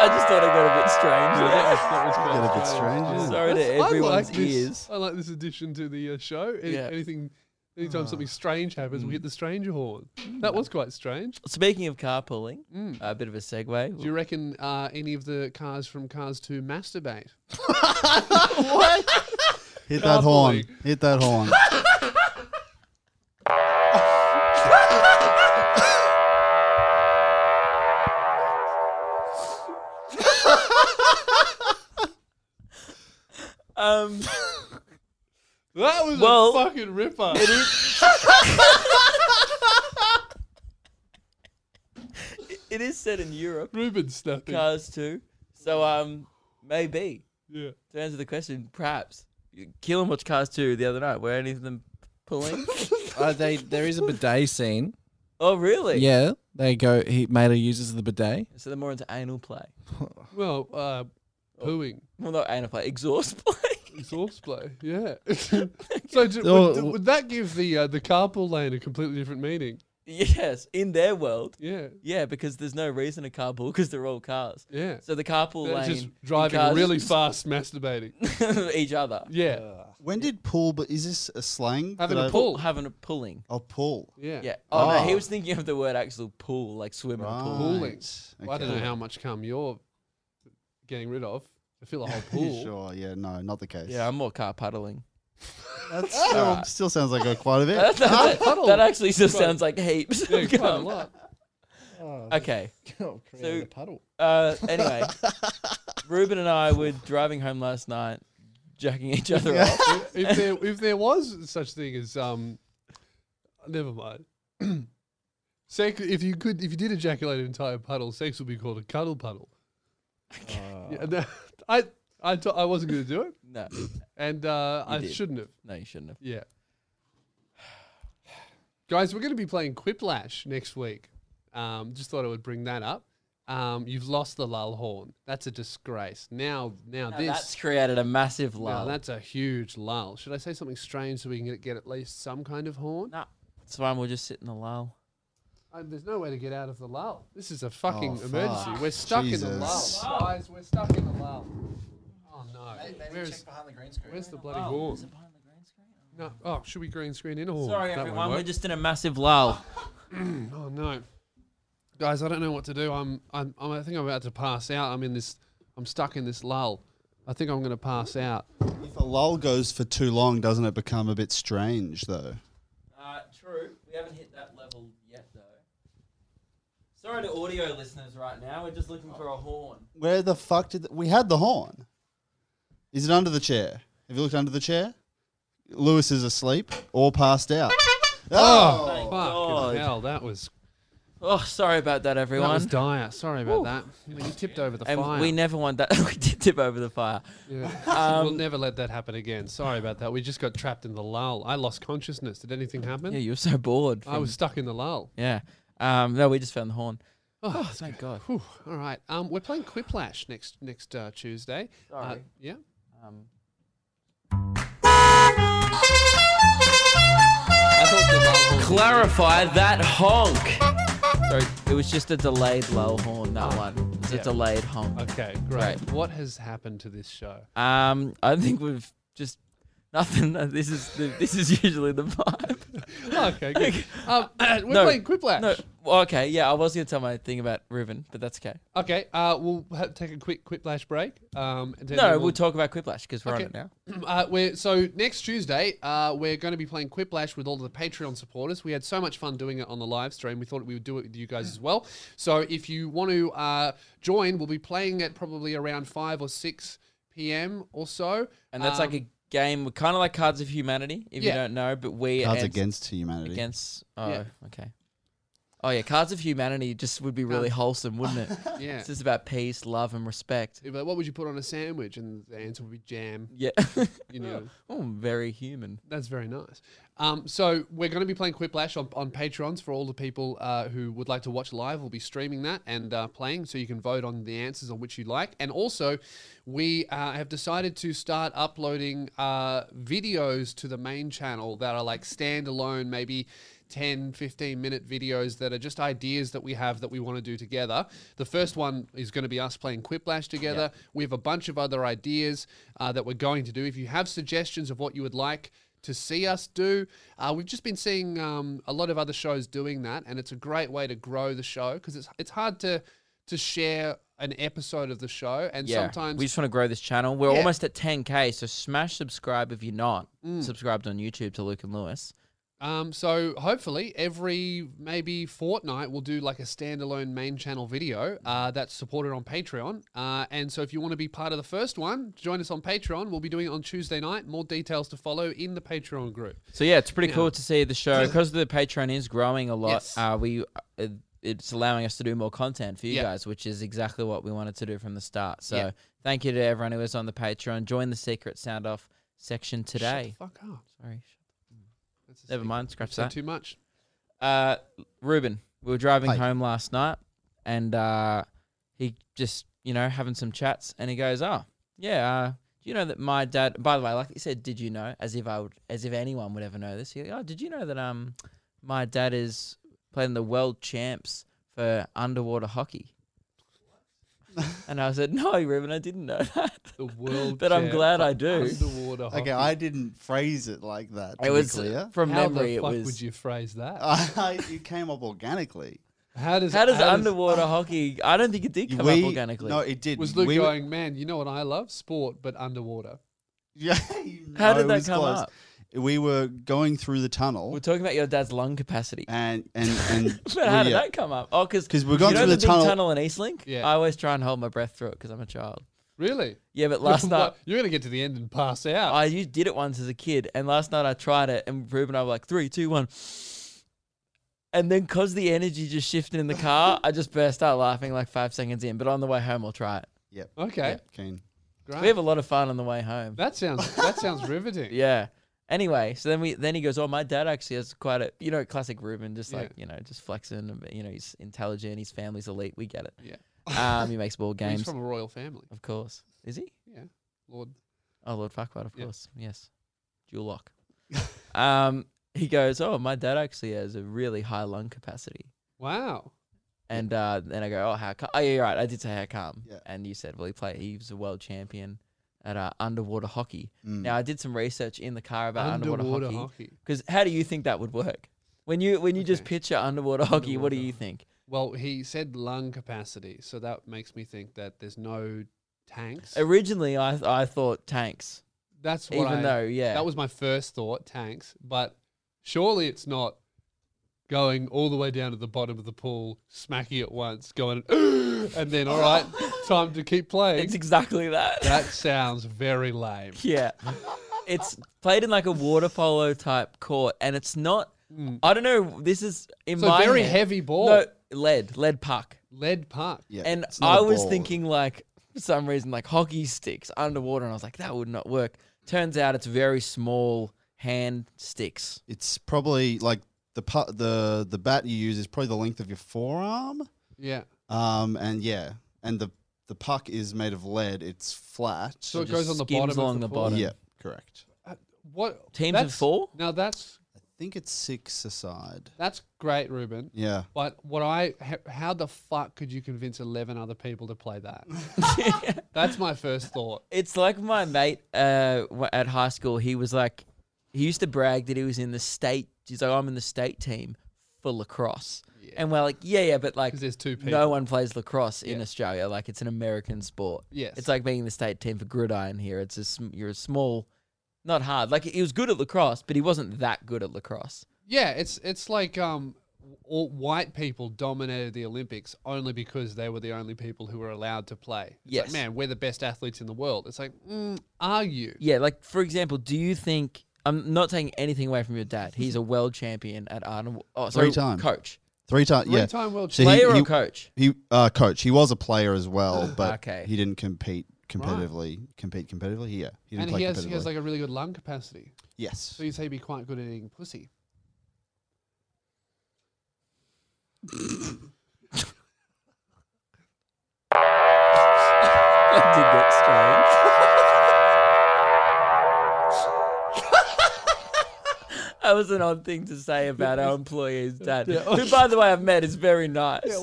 Speaker 2: I just thought I got a bit strange.
Speaker 1: that was, that was quite
Speaker 4: Get a bit
Speaker 1: Australian.
Speaker 4: strange. isn't it?
Speaker 2: Sorry
Speaker 1: That's-
Speaker 2: to
Speaker 1: I
Speaker 2: everyone's
Speaker 1: like this,
Speaker 2: ears.
Speaker 1: I like this addition to the uh, show. Any,
Speaker 2: Yeah. Hmm.
Speaker 1: Anything, anytime
Speaker 4: Ah.
Speaker 1: something strange happens, we get the stranger horn. That was quite strange.
Speaker 2: Speaking of carpooling, a bit of a segue.
Speaker 1: Mm. Do you reckon uh, any of the cars from Cars 2 masturbate?
Speaker 4: Hit that horn. Hit that horn.
Speaker 2: Um,
Speaker 1: That was
Speaker 2: Well-
Speaker 1: a fucking ripper.
Speaker 2: it is set in Europe,
Speaker 1: Ruben snapping.
Speaker 2: Cars 2. So, um, maybe.
Speaker 1: Yeah.
Speaker 2: To answer the question, perhaps. Kill and watch Cars 2 the other night. Were any of them pulling?
Speaker 3: Uh, they there is a bidet scene.
Speaker 2: oh, really?
Speaker 3: Yeah, they go. He Mater uses the bidet.
Speaker 2: So they're more into anal play.
Speaker 1: Well, uh, pooing.
Speaker 2: Well, not anal play, exhaust play.
Speaker 1: Source play, yeah. so do,
Speaker 3: Oh,
Speaker 1: would,
Speaker 3: w-
Speaker 1: would that give the uh, the carpool lane a completely different meaning?
Speaker 2: yes, in their world.
Speaker 1: Yeah,
Speaker 2: Yeah, because there's no reason to carpool because they're all cars.
Speaker 1: yeah.
Speaker 2: So the carpool
Speaker 1: They're
Speaker 2: lane.
Speaker 1: just
Speaker 2: in
Speaker 1: driving
Speaker 2: cars
Speaker 1: really
Speaker 2: is
Speaker 1: fast, masturbating.
Speaker 2: each other.
Speaker 1: Yeah,
Speaker 4: When did pull? But is this a slang?
Speaker 1: Having
Speaker 4: that
Speaker 1: a
Speaker 4: I-
Speaker 1: pull.
Speaker 2: Having a pulling.
Speaker 4: Oh, pull.
Speaker 1: yeah,
Speaker 2: Yeah. Oh, no, he
Speaker 4: Oh.
Speaker 2: was thinking of the word actual pool, like swimming pool.
Speaker 1: Pooling.
Speaker 4: Right.
Speaker 1: Well, I don't know
Speaker 4: Okay.
Speaker 1: how much cum you're getting rid of to fill a whole pool.
Speaker 4: sure. Yeah. No. Not the case.
Speaker 2: Yeah, I'm more car puddling.
Speaker 4: That still,
Speaker 2: Alright.
Speaker 4: still sounds like a quite a bit.
Speaker 2: that, that-
Speaker 1: puddle.
Speaker 2: that actually still
Speaker 1: Quite-
Speaker 2: sounds like heaps.
Speaker 1: Yeah,
Speaker 2: of
Speaker 1: quite a
Speaker 2: cum.
Speaker 1: lot.
Speaker 2: Okay.
Speaker 3: Oh,
Speaker 2: created a
Speaker 3: puddle.
Speaker 2: Uh, anyway, Ruben and I were driving home last night, jacking each other off.
Speaker 1: if if there if there was such thing as um, never mind. Sex, if you could, if you did ejaculate an entire puddle, sex would be called a cuddle puddle.
Speaker 2: Ah.
Speaker 1: Yeah, that- I I t- I wasn't going to do it,
Speaker 2: No,
Speaker 1: and uh,
Speaker 2: You
Speaker 1: I
Speaker 2: did.
Speaker 1: shouldn't have.
Speaker 2: no, you shouldn't have.
Speaker 1: Yeah, guys, we're going to be playing Quiplash next week. Um, just thought I would bring that up. Um, you've lost the lull horn. That's a disgrace. Now, now
Speaker 2: Now
Speaker 1: this.
Speaker 2: that's created a massive
Speaker 1: Wow,
Speaker 2: lull.
Speaker 1: that's a huge lull. Should I say something strange so we can get, get at least some kind of horn?
Speaker 2: no, it's fine. We'll just sit in the lull.
Speaker 1: Uh, there's no way to get out of the lull. This is a fucking
Speaker 4: Oh, fuck.
Speaker 1: emergency. We're stuck in the
Speaker 4: Jesus.
Speaker 1: lull. Guys, we're stuck in the lull. Oh, no. Where's,
Speaker 3: behind the green screen.
Speaker 1: where's the bloody horn? No. Oh, should we green screen in a horn?
Speaker 2: Sorry,
Speaker 1: That won't
Speaker 2: everyone. We're
Speaker 1: work.
Speaker 2: just in a massive lull.
Speaker 1: Oh, no. Guys, I don't know what to do. I'm, I'm, I'm, I think I'm about to pass out. I'm in this, I'm stuck in this lull. I think I'm going to pass out.
Speaker 4: If a lull goes for too long, doesn't it become a bit strange though?
Speaker 2: Uh, true. We haven't hit that level yet, though. Sorry to audio listeners right now. We're just looking for a horn.
Speaker 4: Where the fuck did th- we had the horn? Is it under the chair? Have you looked under the chair? Lewis is asleep or passed out. Oh,
Speaker 1: Fuck
Speaker 2: God.
Speaker 1: hell, that was,
Speaker 2: Oh, sorry about that, everyone.
Speaker 1: that was dire. Sorry about that. You tipped over the
Speaker 2: and
Speaker 1: fire.
Speaker 2: we never want that. we did tip over the fire.
Speaker 1: Yeah.
Speaker 2: Um,
Speaker 1: we'll never let that happen again. Sorry about that. We just got trapped in the lull. I lost consciousness. Did anything happen?
Speaker 2: Yeah, you were so bored.
Speaker 1: I
Speaker 2: from-
Speaker 1: was stuck in the lull.
Speaker 2: Yeah. Um, no, we just found the horn.
Speaker 1: Oh,
Speaker 2: Oh, thank God.
Speaker 1: Whew. All right. Um, we're playing Quiplash next next uh, Tuesday. Uh,
Speaker 2: Sorry.
Speaker 1: yeah.
Speaker 2: Um, I thought the Clarify that honk. Sorry, it was just a delayed low horn. That one. It's
Speaker 1: Ah, Yeah.
Speaker 2: a delayed honk.
Speaker 1: Okay. Great. What has happened to this show?
Speaker 2: Um, I think we've just nothing. This is the, this is usually the vibe.
Speaker 1: Oh, okay. Good. Um, we're
Speaker 2: No,
Speaker 1: playing Quiplash.
Speaker 2: No, well, okay, yeah, I was gonna tell my thing about Riven, but that's okay.
Speaker 1: Okay. Uh, we'll ha- take a quick Quiplash break. Um, and then
Speaker 2: No,
Speaker 1: we'll-
Speaker 2: we'll talk about Quiplash because we're
Speaker 1: Okay.
Speaker 2: on it now.
Speaker 1: Uh, we're, so next Tuesday, uh, we're going to be playing Quiplash with all of the Patreon supporters. We had so much fun doing it on the live stream. We thought we would do it with you guys as well. So if you want to uh, join, we'll be playing it probably around five or six p.m. or so. Um,
Speaker 2: And that's like a game, kind of like Cards of Humanity, if
Speaker 1: Yeah.
Speaker 2: you don't know. But we
Speaker 4: Cards
Speaker 2: and-
Speaker 4: against humanity.
Speaker 2: against. Oh,
Speaker 1: Yeah.
Speaker 2: okay. Oh yeah, Cards of Humanity just would be really wholesome, wouldn't it?
Speaker 1: a yeah.
Speaker 2: It's just about peace, love, and respect.
Speaker 1: You'd be like, what would you put on a sandwich? And the answer would be jam.
Speaker 2: Yeah.
Speaker 1: You know.
Speaker 2: oh, very human.
Speaker 1: That's very nice. Um, so we're going to be playing Quiplash on, on Patreons for all the people uh, who would like to watch live. We'll be streaming that and uh, playing, so you can vote on the answers on which you like. And also, we uh, have decided to start uploading uh, videos to the main channel that are like standalone, maybe 10, 15 minute videos that are just ideas that we have that we want to do together. The first one is going to be us playing Quiplash together. We have a bunch of other ideas uh, that we're going to do. If you have suggestions of what you would like to see us do, uh, we've just been seeing um, a lot of other shows doing that, and it's a great way to grow the show because it's it's hard to to share an episode of the show, and
Speaker 2: Yeah.
Speaker 1: sometimes
Speaker 2: we just want to grow this channel. We're
Speaker 1: Yeah.
Speaker 2: almost at 10k, so smash subscribe if you're not
Speaker 1: Mm.
Speaker 2: subscribed on YouTube to Luke and Lewis.
Speaker 1: Um, so hopefully every maybe fortnight we'll do like a standalone main channel video uh, that's supported on Patreon. Uh, and so if you want to be part of the first one, join us on Patreon. We'll be doing it on Tuesday night. More details to follow in the Patreon group.
Speaker 2: So yeah, it's pretty
Speaker 1: Yeah.
Speaker 2: cool to see the show because the Patreon is growing a lot.
Speaker 1: Yes.
Speaker 2: Uh, we uh, it's allowing us to do more content for you
Speaker 1: Yeah.
Speaker 2: guys, which is exactly what we wanted to do from the start. So
Speaker 1: Yeah.
Speaker 2: thank you to everyone who is on the Patreon. Join the secret sound off section today.
Speaker 1: Shut the fuck up.
Speaker 2: Sorry,
Speaker 1: That's a
Speaker 2: never
Speaker 1: secret.
Speaker 2: mind, scratch
Speaker 1: Said
Speaker 2: that.
Speaker 1: too much.
Speaker 2: Uh, Ruben, we were driving
Speaker 4: Hi.
Speaker 2: home last night, and uh, he just you know having some chats, and he goes, "Oh, yeah." Uh, do you know that my dad? By the way, like he said, did you know? As if I would, as if anyone would ever know this. He, oh, did you know that um, my dad is playing the world champs for underwater hockey? and I said, no, Ruben, I didn't know that.
Speaker 1: The world.
Speaker 2: But I'm
Speaker 1: champ
Speaker 2: glad I do.
Speaker 1: Underwater.
Speaker 4: Okay,
Speaker 1: hockey.
Speaker 4: I didn't phrase it like that. To
Speaker 2: It was uh,
Speaker 4: be clear.
Speaker 2: from
Speaker 1: How
Speaker 2: memory.
Speaker 1: the fuck
Speaker 2: it was.
Speaker 1: would you phrase that?
Speaker 4: I, you came up organically.
Speaker 1: How does
Speaker 2: how does underwater hockey? I don't think it did come up organically.
Speaker 4: No, it did.
Speaker 1: was Luke
Speaker 4: we were-
Speaker 1: going, man? You know what I love? Sport, but underwater.
Speaker 4: Yeah. you
Speaker 2: How did
Speaker 4: know it
Speaker 2: that
Speaker 4: was
Speaker 2: come
Speaker 4: close.
Speaker 2: up?
Speaker 4: We were going through the tunnel,
Speaker 2: We're talking about your dad's lung capacity.
Speaker 4: and and and
Speaker 2: But how
Speaker 4: we,
Speaker 2: did
Speaker 4: uh,
Speaker 2: that come up? Oh, because
Speaker 4: 'Cause we're going
Speaker 2: you know
Speaker 4: through
Speaker 2: the,
Speaker 4: the
Speaker 2: big
Speaker 4: tunnel-
Speaker 2: tunnel in Eastlink.
Speaker 1: Yeah.
Speaker 2: I always try and hold my breath through it because I'm a child.
Speaker 1: Really?
Speaker 2: Yeah, but last night
Speaker 1: you're gonna get to the end and pass out.
Speaker 2: I you did it once as a kid, and last night I tried it, and Ruben and I were like three, two, one, and then cause the energy just shifted in the car, I just burst out laughing like five seconds in. But on the way home, I'll try it.
Speaker 4: Yep.
Speaker 1: okay.
Speaker 4: Yep, Keen.
Speaker 1: Great.
Speaker 2: We have a lot of fun on the way home.
Speaker 1: That sounds that sounds riveting.
Speaker 2: Yeah. Anyway, so then we then he goes, "Oh, my dad actually has quite a you know classic Ruben, just
Speaker 1: Yeah.
Speaker 2: like you know just flexing, and you know he's intelligent, his family's elite. We get it.
Speaker 1: Yeah.
Speaker 2: Um, he makes board
Speaker 1: He's
Speaker 2: games,
Speaker 1: from a royal family.
Speaker 2: of course. Is he?
Speaker 1: Lord.
Speaker 2: Oh, Lord Farquaad, of
Speaker 1: Yeah.
Speaker 2: course. Yes. Dual lock. um, he goes, Oh, my dad actually has a really high lung capacity.
Speaker 1: Wow.
Speaker 2: And uh, then I go, Oh, how come? Oh, yeah, you're right. I did say how come.
Speaker 4: Yeah.
Speaker 2: And you said, Well, he played, he was a world champion at uh, underwater hockey.
Speaker 4: Mm.
Speaker 2: Now, I did some research in the car about underwater,
Speaker 1: Underwater
Speaker 2: hockey.
Speaker 1: hockey.
Speaker 2: Because how do you think that would work? When you when you just
Speaker 1: Okay.
Speaker 2: picture underwater hockey, what do
Speaker 1: Underwater.
Speaker 2: you think?
Speaker 1: Well, he said lung capacity, so that makes me think that there's no tanks.
Speaker 2: Originally, I I thought tanks,
Speaker 1: That's what
Speaker 2: even
Speaker 1: I,
Speaker 2: though yeah,
Speaker 1: that was my first thought, tanks. But surely it's not going all the way down to the bottom of the pool, smacking it once, going and then all right, time to keep playing.
Speaker 2: it's exactly that.
Speaker 1: that sounds very lame.
Speaker 2: yeah, it's played in like a water polo type court, and it's not.
Speaker 1: Mm.
Speaker 2: I don't know. This is in
Speaker 1: So
Speaker 2: my
Speaker 1: very
Speaker 2: head-
Speaker 1: heavy ball,
Speaker 2: No lead lead puck,
Speaker 1: lead puck.
Speaker 4: Yeah,
Speaker 2: and
Speaker 4: it's not
Speaker 2: I
Speaker 4: a
Speaker 2: was
Speaker 4: ball.
Speaker 2: thinking like for some reason like hockey sticks underwater, and I was like that would not work. Turns out it's very small hand sticks.
Speaker 4: it's probably like the pu- the the bat you use is probably the length of your forearm.
Speaker 1: Yeah,
Speaker 4: Um, and yeah, and the the puck is made of lead. It's flat.
Speaker 1: so it
Speaker 2: just
Speaker 1: goes on the
Speaker 2: skims
Speaker 1: bottom.
Speaker 2: along
Speaker 1: of the,
Speaker 2: the
Speaker 1: pool.
Speaker 2: bottom.
Speaker 4: yeah, correct.
Speaker 1: What
Speaker 2: Teams of
Speaker 1: that's-
Speaker 2: four.
Speaker 1: Now that's
Speaker 4: I think it's six aside.
Speaker 1: that's great, Ruben.
Speaker 4: Yeah.
Speaker 1: But what I, h- how the fuck could you convince 11 other people to play that? That's my first thought.
Speaker 2: It's like my mate uh, w- at high school. He was like, he used to brag that he was in the state. He's like, I'm in the state team for lacrosse. And we're like, yeah, yeah, but like,
Speaker 1: Because there's two people.
Speaker 2: no one plays lacrosse in
Speaker 1: Yeah.
Speaker 2: Australia. Like, it's an American sport.
Speaker 1: Yes.
Speaker 2: It's like being in the state team for gridiron here. It's a sm- you're a small, not hard. Like he was good at lacrosse, but he wasn't that good at lacrosse.
Speaker 1: yeah, it's it's like um, all white people dominated the Olympics only because they were the only people who were allowed to play. It's
Speaker 2: Yes.
Speaker 1: Like, man, we're the best athletes in the world. It's like, mm, are you?
Speaker 2: Yeah, like for example, do you think I'm not taking anything away from your dad? He's a world champion at Arnold. Oh, sorry,
Speaker 4: Three-time.
Speaker 2: coach,
Speaker 4: Three times. Yeah.
Speaker 1: Three-time world
Speaker 4: So
Speaker 2: player
Speaker 4: he,
Speaker 2: or coach?
Speaker 4: he, he uh, coach. He was a player as well, but
Speaker 2: Okay.
Speaker 4: he didn't compete competitively. Compete competitively. Yeah. He didn't
Speaker 1: And
Speaker 4: play
Speaker 1: he has,
Speaker 4: competitively.
Speaker 1: he has like a really good lung capacity.
Speaker 4: yes.
Speaker 1: So you say he'd be quite good at eating pussy.
Speaker 2: I did get strange. That was an odd thing to say about our employee's dad, who, by the way, I've met is very nice.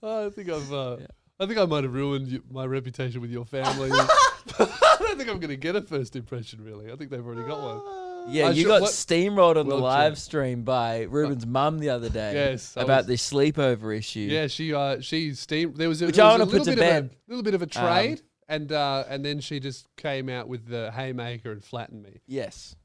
Speaker 1: I think I've. Uh, I think I might have ruined you, my reputation with your family. I don't think I'm going to get a first impression, really. I think they've already got one.
Speaker 2: Yeah,
Speaker 1: I
Speaker 2: you
Speaker 1: should-
Speaker 2: got
Speaker 1: what-
Speaker 2: steamrolled on the
Speaker 1: Well, Uh,
Speaker 2: live stream by Ruben's mum the other day
Speaker 1: Yes, I was-
Speaker 2: about the sleepover issue.
Speaker 1: Yeah, she uh, she steam. There was a,
Speaker 2: Which
Speaker 1: there
Speaker 2: I
Speaker 1: was a
Speaker 2: wanna put
Speaker 1: little
Speaker 2: to
Speaker 1: bit of a
Speaker 2: bed. Um,
Speaker 1: little bit of a trade, and uh, and then she just came out with the haymaker and flattened me.
Speaker 2: Yes.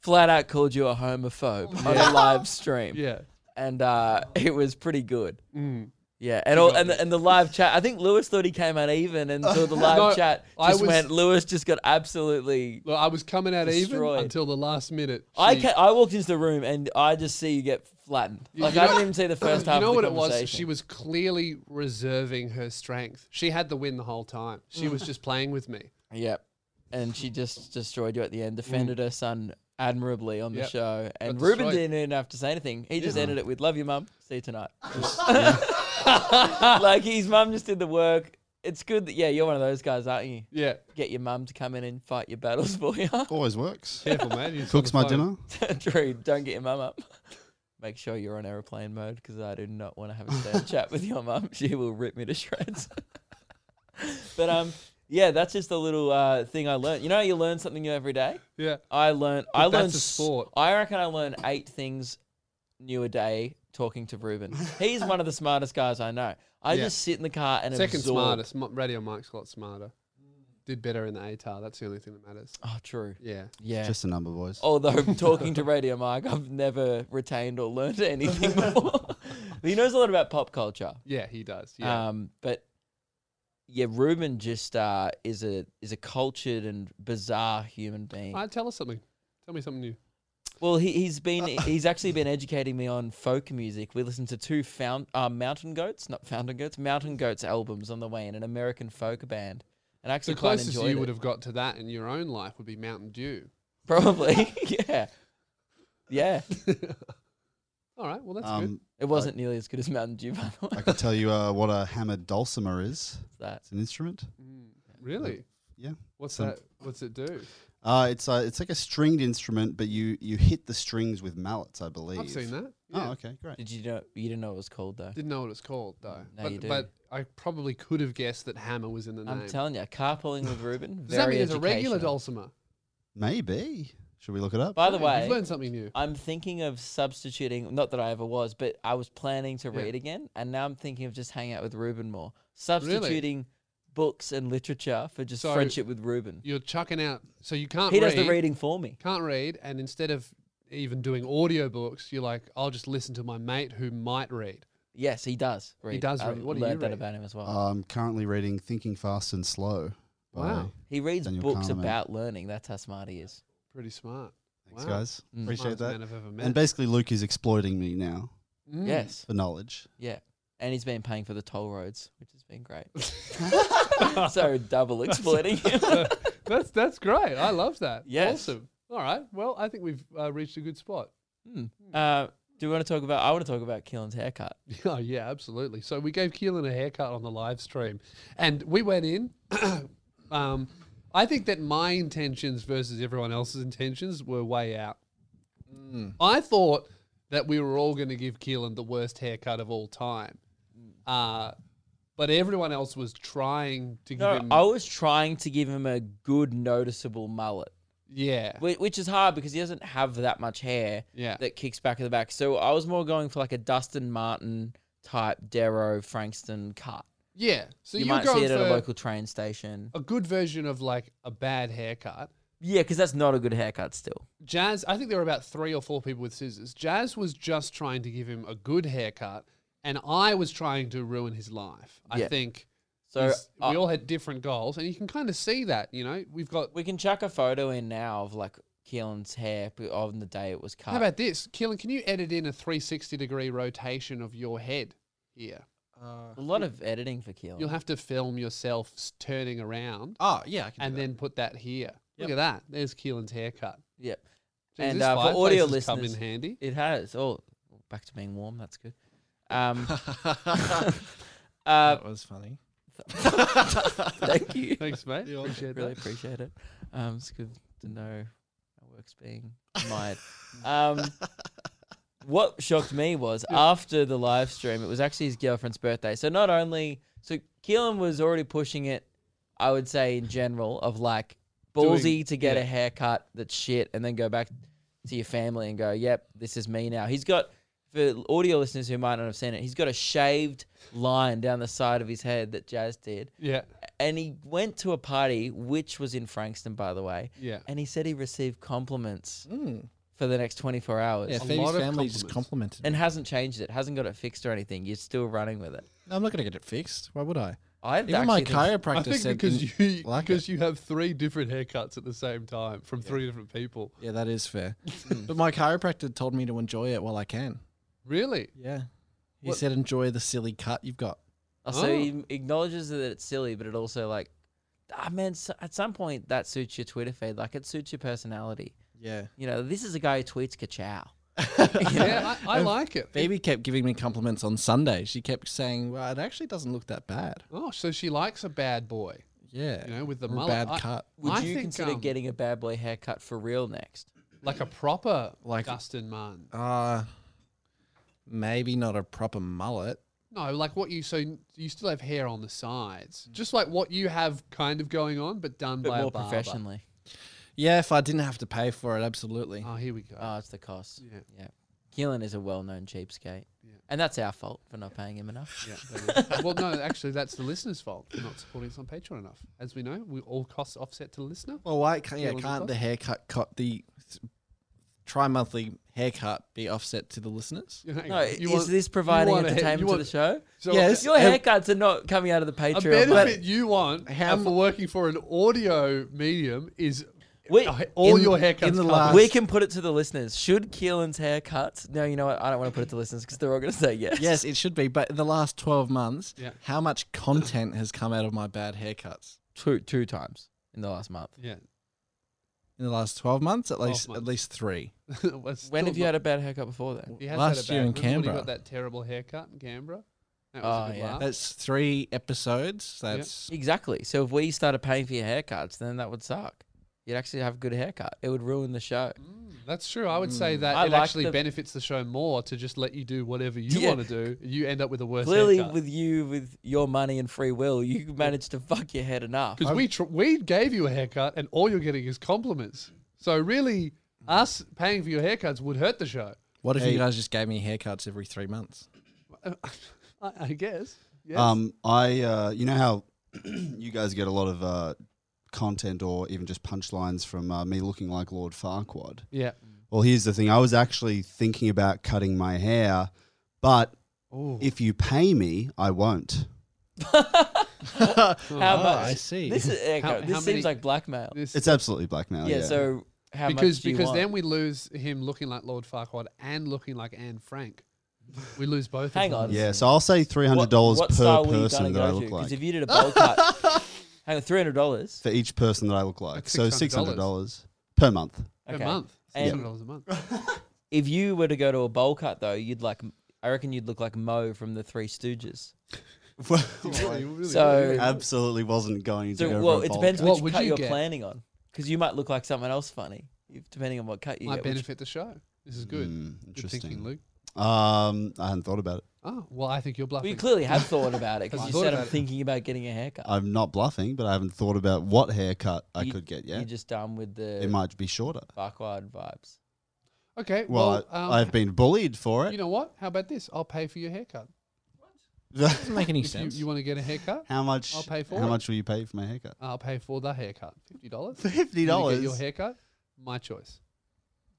Speaker 2: Flat out called you a homophobe on a live stream.
Speaker 1: Yeah,
Speaker 2: And uh, it was pretty good.
Speaker 1: Mm.
Speaker 2: Yeah, and all,
Speaker 1: got
Speaker 2: and, the, and the live chat. I think Lewis thought he came out even until the live
Speaker 1: No,
Speaker 2: chat
Speaker 1: I
Speaker 2: just
Speaker 1: was-
Speaker 2: went. Lewis just got absolutely.
Speaker 1: Look, I was coming out
Speaker 2: Destroyed.
Speaker 1: even until the last minute.
Speaker 2: I
Speaker 1: She-
Speaker 2: ca- I walked into the room and I just see you get flattened.
Speaker 1: You-
Speaker 2: Like
Speaker 1: you
Speaker 2: I
Speaker 1: know-
Speaker 2: didn't even see the first half.
Speaker 1: You know
Speaker 2: of
Speaker 1: what
Speaker 2: the
Speaker 1: it was?
Speaker 2: conversation.
Speaker 1: She was clearly reserving her strength. She had the win the whole time.
Speaker 2: Mm.
Speaker 1: She was just playing with me.
Speaker 2: Yep. And she just destroyed you at the end. Defended her son admirably on the
Speaker 1: Yep.
Speaker 2: show. And
Speaker 1: Got
Speaker 2: Ruben
Speaker 1: destroyed.
Speaker 2: didn't even have to say anything. He just ended it with "Love you, mum. See you tonight." like his mum just did the work. It's good that yeah, you're one of those guys, aren't you?
Speaker 1: Yeah,
Speaker 2: Get your mum to come in and fight your battles for you.
Speaker 4: Always works.
Speaker 1: careful, man. You're
Speaker 4: Cooks
Speaker 1: on
Speaker 4: my
Speaker 1: the phone.
Speaker 4: dinner.
Speaker 2: Drew, don't get your mum up. Make sure you're on aeroplane mode because I do not want to have a stand chat with your mum. She will rip me to shreds. but um, yeah, that's just a little uh, thing I learned. You know, how you learn something new every day.
Speaker 1: Yeah.
Speaker 2: I learn. I
Speaker 1: that's
Speaker 2: learn.
Speaker 1: a sport.
Speaker 2: I reckon I learn eight things new a day talking to Ruben. He's one of the smartest guys I know. I
Speaker 4: Yeah.
Speaker 2: just sit in the car and
Speaker 1: Second
Speaker 2: absorb.
Speaker 1: smartest. M- Radio Mike's a lot smarter. Did better in the ATAR. That's the only thing that matters.
Speaker 2: Oh, true.
Speaker 1: Yeah. Oh,
Speaker 2: Yeah.
Speaker 4: Just a number, boys.
Speaker 2: Although talking to Radio Mike, I've never retained or learned anything before. he knows a lot about pop culture.
Speaker 1: Yeah, he does. Yeah.
Speaker 2: Um, but yeah, Ruben just uh, is a is a cultured and bizarre human being.
Speaker 1: All right, tell us something. Tell me something new.
Speaker 2: well, he, he's been he's actually been educating me on folk music. We listened to two found, uh, Mountain Goats, not Fountain Goats, Mountain Goats albums on the way in, an American folk band, and I actually
Speaker 1: The
Speaker 2: quite
Speaker 1: closest
Speaker 2: enjoyed
Speaker 1: you
Speaker 2: it.
Speaker 1: would have got to that in your own life would be Mountain Dew.
Speaker 2: Probably, yeah, yeah.
Speaker 1: All right. Well, that's good.
Speaker 4: Um,
Speaker 2: It wasn't nearly as good as Mountain Dew, by the way.
Speaker 4: I could tell you uh, what a hammered dulcimer is.
Speaker 2: that.
Speaker 4: It's an instrument.
Speaker 1: Really?
Speaker 4: yeah.
Speaker 1: What's
Speaker 4: Some-
Speaker 1: that? What's it do?
Speaker 4: Uh, it's uh, it's like a stringed instrument, but you you hit the strings with mallets, I believe.
Speaker 1: I've seen that.
Speaker 4: Oh,
Speaker 1: Yeah.
Speaker 4: okay, great.
Speaker 2: Did you know? You didn't know it was called though.
Speaker 1: Didn't know what it's called though.
Speaker 2: Now
Speaker 1: but,
Speaker 2: you do.
Speaker 1: but I probably could have guessed that hammer was in the name.
Speaker 2: I'm telling you, carpooling with Ruben.
Speaker 1: Does that
Speaker 2: very
Speaker 1: mean there's a regular
Speaker 2: educational.
Speaker 1: dulcimer?
Speaker 4: Maybe. Should we look it up?
Speaker 2: By the
Speaker 1: Hey, You've
Speaker 2: way,
Speaker 1: learned something new.
Speaker 2: I'm thinking of substituting. Not that I ever was, but I was planning to
Speaker 1: Yeah.
Speaker 2: read again, and now I'm thinking of just hanging out with Ruben more, substituting books and literature for just
Speaker 1: So-
Speaker 2: friendship with Ruben.
Speaker 1: You're chucking out, so you can't
Speaker 2: He
Speaker 1: read.
Speaker 2: does the reading for me.
Speaker 1: Can't read, and instead of even doing audiobooks, you're like, I'll just listen to my mate who might read.
Speaker 2: Yes, he does. Read.
Speaker 1: does
Speaker 2: I've
Speaker 1: read. What do you
Speaker 2: learned that
Speaker 1: read?
Speaker 2: about him as well.
Speaker 4: I'm currently reading Thinking Fast and Slow. by-
Speaker 1: Wow.
Speaker 2: he reads
Speaker 4: Daniel
Speaker 2: books
Speaker 4: Kahneman.
Speaker 2: about learning. That's how smart he is.
Speaker 1: Pretty smart.
Speaker 4: Thanks,
Speaker 1: Wow.
Speaker 4: guys.
Speaker 2: Mm.
Speaker 4: Appreciate
Speaker 1: Smartest
Speaker 4: that.
Speaker 1: man I've ever met.
Speaker 4: And basically, Luke is exploiting me now
Speaker 1: Mm.
Speaker 2: Yes.
Speaker 4: for knowledge.
Speaker 2: Yeah. And he's been paying for the toll roads, which has been great. so double exploiting him.
Speaker 1: that's that's great. I love that.
Speaker 2: Yes.
Speaker 1: Awesome. All right. Well, I think we've uh, reached a good spot.
Speaker 2: Hmm. Uh, do we want to talk about? I want to talk about Keelan's haircut.
Speaker 1: Oh yeah, absolutely. So we gave Keelan a haircut on the live stream, and we went in. um, I think that my intentions versus everyone else's intentions were way out.
Speaker 2: Hmm.
Speaker 1: I thought that we were all going to give Keelan the worst haircut of all time,
Speaker 2: Hmm.
Speaker 1: uh, but everyone else was trying to give
Speaker 2: No,
Speaker 1: him.
Speaker 2: I was trying to give him a good, noticeable mullet,
Speaker 1: yeah,
Speaker 2: whi- which is hard because he doesn't have that much hair
Speaker 1: yeah,
Speaker 2: that kicks back in the back. So I was more going for like a Dustin Martin type Darrow Frankston cut.
Speaker 1: yeah. So
Speaker 2: you
Speaker 1: you're
Speaker 2: might
Speaker 1: going
Speaker 2: see it at
Speaker 1: for
Speaker 2: a local train station.
Speaker 1: a good version of like a bad haircut.
Speaker 2: Yeah, because that's not a good haircut still.
Speaker 1: Jazz, I think there were about three or four people with scissors. Jazz was just trying to give him a good haircut, and I was trying to ruin his life. I
Speaker 2: Yeah.
Speaker 1: think
Speaker 2: So uh,
Speaker 1: He's-
Speaker 2: I-
Speaker 1: we all had different goals, and you can kind of see that. You know, we've got.
Speaker 2: We can chuck a photo in now of like Keelan's hair b- on the day it was cut.
Speaker 1: How about this, Keelan? Can you edit in a 360 degree rotation of your head here?
Speaker 3: Uh,
Speaker 2: a lot of editing for Keelan?
Speaker 1: You'll have to film yourself s- turning around
Speaker 3: oh, yeah. I can
Speaker 1: and
Speaker 3: do that.
Speaker 1: then put that here.
Speaker 3: Yep.
Speaker 1: Look at that. There's Keelan's haircut.
Speaker 2: yep.
Speaker 1: Jeez,
Speaker 2: And,
Speaker 1: this
Speaker 2: uh, for audio
Speaker 1: fireplace has come in
Speaker 2: listeners-
Speaker 1: handy.
Speaker 2: It has. Oh, back to being warm. That's good. Um, uh,
Speaker 3: that was funny.
Speaker 2: thank you.
Speaker 1: Thanks, mate.
Speaker 3: You're welcome.
Speaker 1: Appreciate
Speaker 2: Really
Speaker 1: that.
Speaker 2: appreciate it. Um, it's good to know my work's being admired. Um, what shocked me was after the live stream, it was actually his girlfriend's birthday. So not only, so Keelan was already pushing it, I would say in general, of like ballsy
Speaker 1: Doing-
Speaker 2: to get
Speaker 1: yeah.
Speaker 2: a haircut that's shit and then go back to your family and go, yep, this is me now. He's got, for audio listeners who might not have seen it, he's got a shaved line down the side of his head that Jazz did
Speaker 1: Yeah,
Speaker 2: and he went to a party which was in Frankston, by the way.
Speaker 1: yeah.
Speaker 2: And he said he received compliments for the next 24 hours
Speaker 3: Yeah,
Speaker 1: A
Speaker 3: Phoebe's
Speaker 1: lot of
Speaker 3: family just
Speaker 1: compliments.
Speaker 3: complimented me.
Speaker 2: and hasn't changed it, hasn't got it fixed or anything. You're still running with it.
Speaker 3: No, I'm not going to get it fixed. Why would I?
Speaker 2: I
Speaker 3: Even my
Speaker 2: actually think-
Speaker 3: chiropractor
Speaker 1: I think
Speaker 3: said
Speaker 1: because
Speaker 3: didn't
Speaker 1: you
Speaker 3: like
Speaker 1: because
Speaker 3: it.
Speaker 1: you have three different haircuts at the same time from three different people.
Speaker 3: Yeah, that is fair.
Speaker 1: Hmm.
Speaker 3: but my chiropractor told me to enjoy it while I can.
Speaker 1: Really?
Speaker 3: Yeah. He
Speaker 1: What-
Speaker 3: said, enjoy the silly cut you've got.
Speaker 2: Oh, So he acknowledges that it's silly, but it also like, ah, man, so at some point that suits your Twitter feed. Like it suits your personality.
Speaker 3: Yeah.
Speaker 2: You know, this is a guy who tweets ka
Speaker 1: Yeah, I, I like it.
Speaker 3: Phoebe kept giving me compliments on Sunday. She kept saying, well, it actually doesn't look that bad.
Speaker 1: Oh, so she likes a bad boy,
Speaker 3: Yeah.
Speaker 1: you know, with the
Speaker 3: Or a
Speaker 1: mullet.
Speaker 3: bad
Speaker 1: I-
Speaker 3: cut.
Speaker 2: Would
Speaker 1: I
Speaker 2: you
Speaker 1: think,
Speaker 2: consider
Speaker 1: um,
Speaker 2: getting a bad boy haircut for real next?
Speaker 1: like a proper
Speaker 3: Like-
Speaker 1: Dustin Martin?
Speaker 3: Uh, maybe not a proper mullet.
Speaker 1: No, like what you so you still have hair on the sides, just like what you have kind of going on, but done
Speaker 2: But
Speaker 1: by
Speaker 2: more
Speaker 1: a barber.
Speaker 2: professionally.
Speaker 3: Yeah, if I didn't have to pay for it, absolutely.
Speaker 1: Oh, here we go.
Speaker 2: Oh, it's the cost.
Speaker 1: Yeah.
Speaker 2: Yeah. Keelan is a well known cheapskate.
Speaker 1: Yeah.
Speaker 2: And that's our fault for not paying him enough.
Speaker 1: yeah, there we- well, no, actually, that's the listener's fault for not supporting us on Patreon enough. As we know, we all costs offset to the listener.
Speaker 3: Well, why can't,
Speaker 1: Yeah,
Speaker 3: yeah,
Speaker 1: was it
Speaker 3: can't the haircut cut the tri monthly haircut be offset to the listeners?
Speaker 1: Hang
Speaker 2: No,
Speaker 1: on,
Speaker 2: is this providing
Speaker 1: want a hair-
Speaker 2: entertainment
Speaker 1: you
Speaker 2: to
Speaker 1: want-
Speaker 2: the show?
Speaker 1: so
Speaker 3: Yes.
Speaker 2: Your
Speaker 3: Um,
Speaker 2: haircuts are not coming out of the
Speaker 1: A
Speaker 2: Patreon.
Speaker 1: benefit
Speaker 2: But
Speaker 1: you want
Speaker 3: How
Speaker 1: uh, for
Speaker 3: mu-
Speaker 1: working for an audio medium is
Speaker 2: we,
Speaker 1: uh, all
Speaker 3: in-
Speaker 1: your haircuts
Speaker 3: in the
Speaker 1: covered.
Speaker 3: last-
Speaker 2: we can put it to the listeners. Should Keelan's haircuts? No, you know what? I don't want to put it to listeners because they're all going to say yes.
Speaker 3: Yes, it should be. But in the last 12 months,
Speaker 1: Yeah.
Speaker 3: how much content has come out of my bad haircuts?
Speaker 2: Two, two times in the last month.
Speaker 1: Yeah.
Speaker 3: in the last 12 months, at least at
Speaker 1: months.
Speaker 3: least three.
Speaker 1: That's
Speaker 2: When
Speaker 1: still
Speaker 2: have you
Speaker 1: not-
Speaker 2: had a bad haircut before that?
Speaker 1: He has
Speaker 3: Last
Speaker 1: had a
Speaker 3: year
Speaker 1: bad- remember when
Speaker 3: in Canberra.
Speaker 1: He got that terrible haircut in Canberra. That
Speaker 2: Oh,
Speaker 1: was a good
Speaker 2: yeah.
Speaker 1: laugh.
Speaker 3: That's three episodes.
Speaker 1: Yeah.
Speaker 3: That's
Speaker 2: Exactly. So if we started paying for your haircuts, then that would suck. You'd actually have a good haircut. It would ruin the show.
Speaker 1: That's true. I would say that
Speaker 2: Mm. I
Speaker 1: it
Speaker 2: like
Speaker 1: actually
Speaker 2: the-
Speaker 1: benefits the show more to just let you do whatever you
Speaker 2: Yeah.
Speaker 1: want to do. You end up with a worse
Speaker 2: Clearly,
Speaker 1: haircut.
Speaker 2: with you, with your money and free will, you managed to fuck your head enough.
Speaker 1: Because we tr- we gave you a haircut, and all you're getting is compliments. So really, us paying for your haircuts would hurt the show.
Speaker 3: what if
Speaker 4: Hey.
Speaker 3: you guys just gave me haircuts every three months?
Speaker 1: I, I guess. Yes.
Speaker 4: Um, I, uh, you know how you guys get a lot of uh, content or even just punchlines from uh, me looking like Lord Farquaad.
Speaker 1: yeah.
Speaker 4: Well, here's the thing. I was actually thinking about cutting my hair, but
Speaker 1: Oh.
Speaker 4: if you pay me, I won't.
Speaker 2: How much?
Speaker 3: I see.
Speaker 2: This, is, yeah,
Speaker 1: Ah, How-
Speaker 2: this
Speaker 1: how
Speaker 2: seems
Speaker 1: many-
Speaker 2: like blackmail.
Speaker 1: This,
Speaker 4: It's absolutely blackmail.
Speaker 2: yeah,
Speaker 4: Yeah.
Speaker 2: So how
Speaker 1: because
Speaker 2: much do you
Speaker 1: because
Speaker 2: want?
Speaker 1: then we lose him looking like Lord Farquaad and looking like Anne Frank. We lose both.
Speaker 2: Hang
Speaker 1: of
Speaker 2: on.
Speaker 1: them.
Speaker 4: yeah. So I'll say three hundred dollars
Speaker 2: What- what
Speaker 4: per
Speaker 2: style were you gonna
Speaker 4: person that
Speaker 2: go
Speaker 4: I
Speaker 2: to?
Speaker 4: look
Speaker 2: 'Cause
Speaker 4: like.
Speaker 2: if you did a bowl cut, hang on, three hundred dollars.
Speaker 4: for each person that I look like.
Speaker 1: That's
Speaker 4: So
Speaker 1: $600.
Speaker 4: six hundred dollars per month.
Speaker 1: A
Speaker 2: Okay.
Speaker 1: month.
Speaker 2: And-
Speaker 1: Six hundred dollars a month.
Speaker 2: If you were to go to a bowl cut, though, you'd like. I reckon you'd look like Mo from the Three Stooges. So-
Speaker 4: absolutely wasn't going to
Speaker 2: So,
Speaker 4: go.
Speaker 2: well,
Speaker 4: for a
Speaker 2: it
Speaker 4: bowl
Speaker 2: depends
Speaker 1: cut. What
Speaker 2: which
Speaker 1: would
Speaker 2: cut
Speaker 1: you
Speaker 2: you are
Speaker 1: get?
Speaker 2: planning on, because you might look like someone else funny, if- depending on what cut you
Speaker 1: might
Speaker 2: get. which-
Speaker 1: benefit the show. This is
Speaker 4: cut.
Speaker 1: good.
Speaker 4: Mm,
Speaker 1: good thinking,
Speaker 4: interesting.
Speaker 1: Luke.
Speaker 4: Um, I hadn't thought about it.
Speaker 1: Oh well, I think you're
Speaker 2: well,
Speaker 1: bluffing.
Speaker 2: you clearly have thought about it, because
Speaker 1: I
Speaker 2: you
Speaker 1: thought
Speaker 2: said I'm
Speaker 1: about it.
Speaker 2: thinking about getting a haircut.
Speaker 4: I'm not bluffing, but I haven't thought about what haircut I
Speaker 2: You-
Speaker 4: could get yet.
Speaker 2: You're just done with
Speaker 4: It
Speaker 2: the
Speaker 4: might be shorter.
Speaker 2: Farquaad vibes.
Speaker 1: okay.
Speaker 4: Well,
Speaker 1: Well,
Speaker 4: I-
Speaker 1: um,
Speaker 4: I've been bullied for
Speaker 1: You
Speaker 4: it.
Speaker 1: know what? How about this? I'll pay for your haircut.
Speaker 3: doesn't make any
Speaker 1: If you,
Speaker 3: sense.
Speaker 1: you want to get a haircut?
Speaker 4: how much?
Speaker 1: I'll pay for
Speaker 4: How
Speaker 1: it.
Speaker 4: much will you pay for my haircut?
Speaker 1: I'll pay for the haircut. Fifty dollars.
Speaker 4: Fifty
Speaker 1: Get your
Speaker 4: dollars.
Speaker 1: haircut. My choice.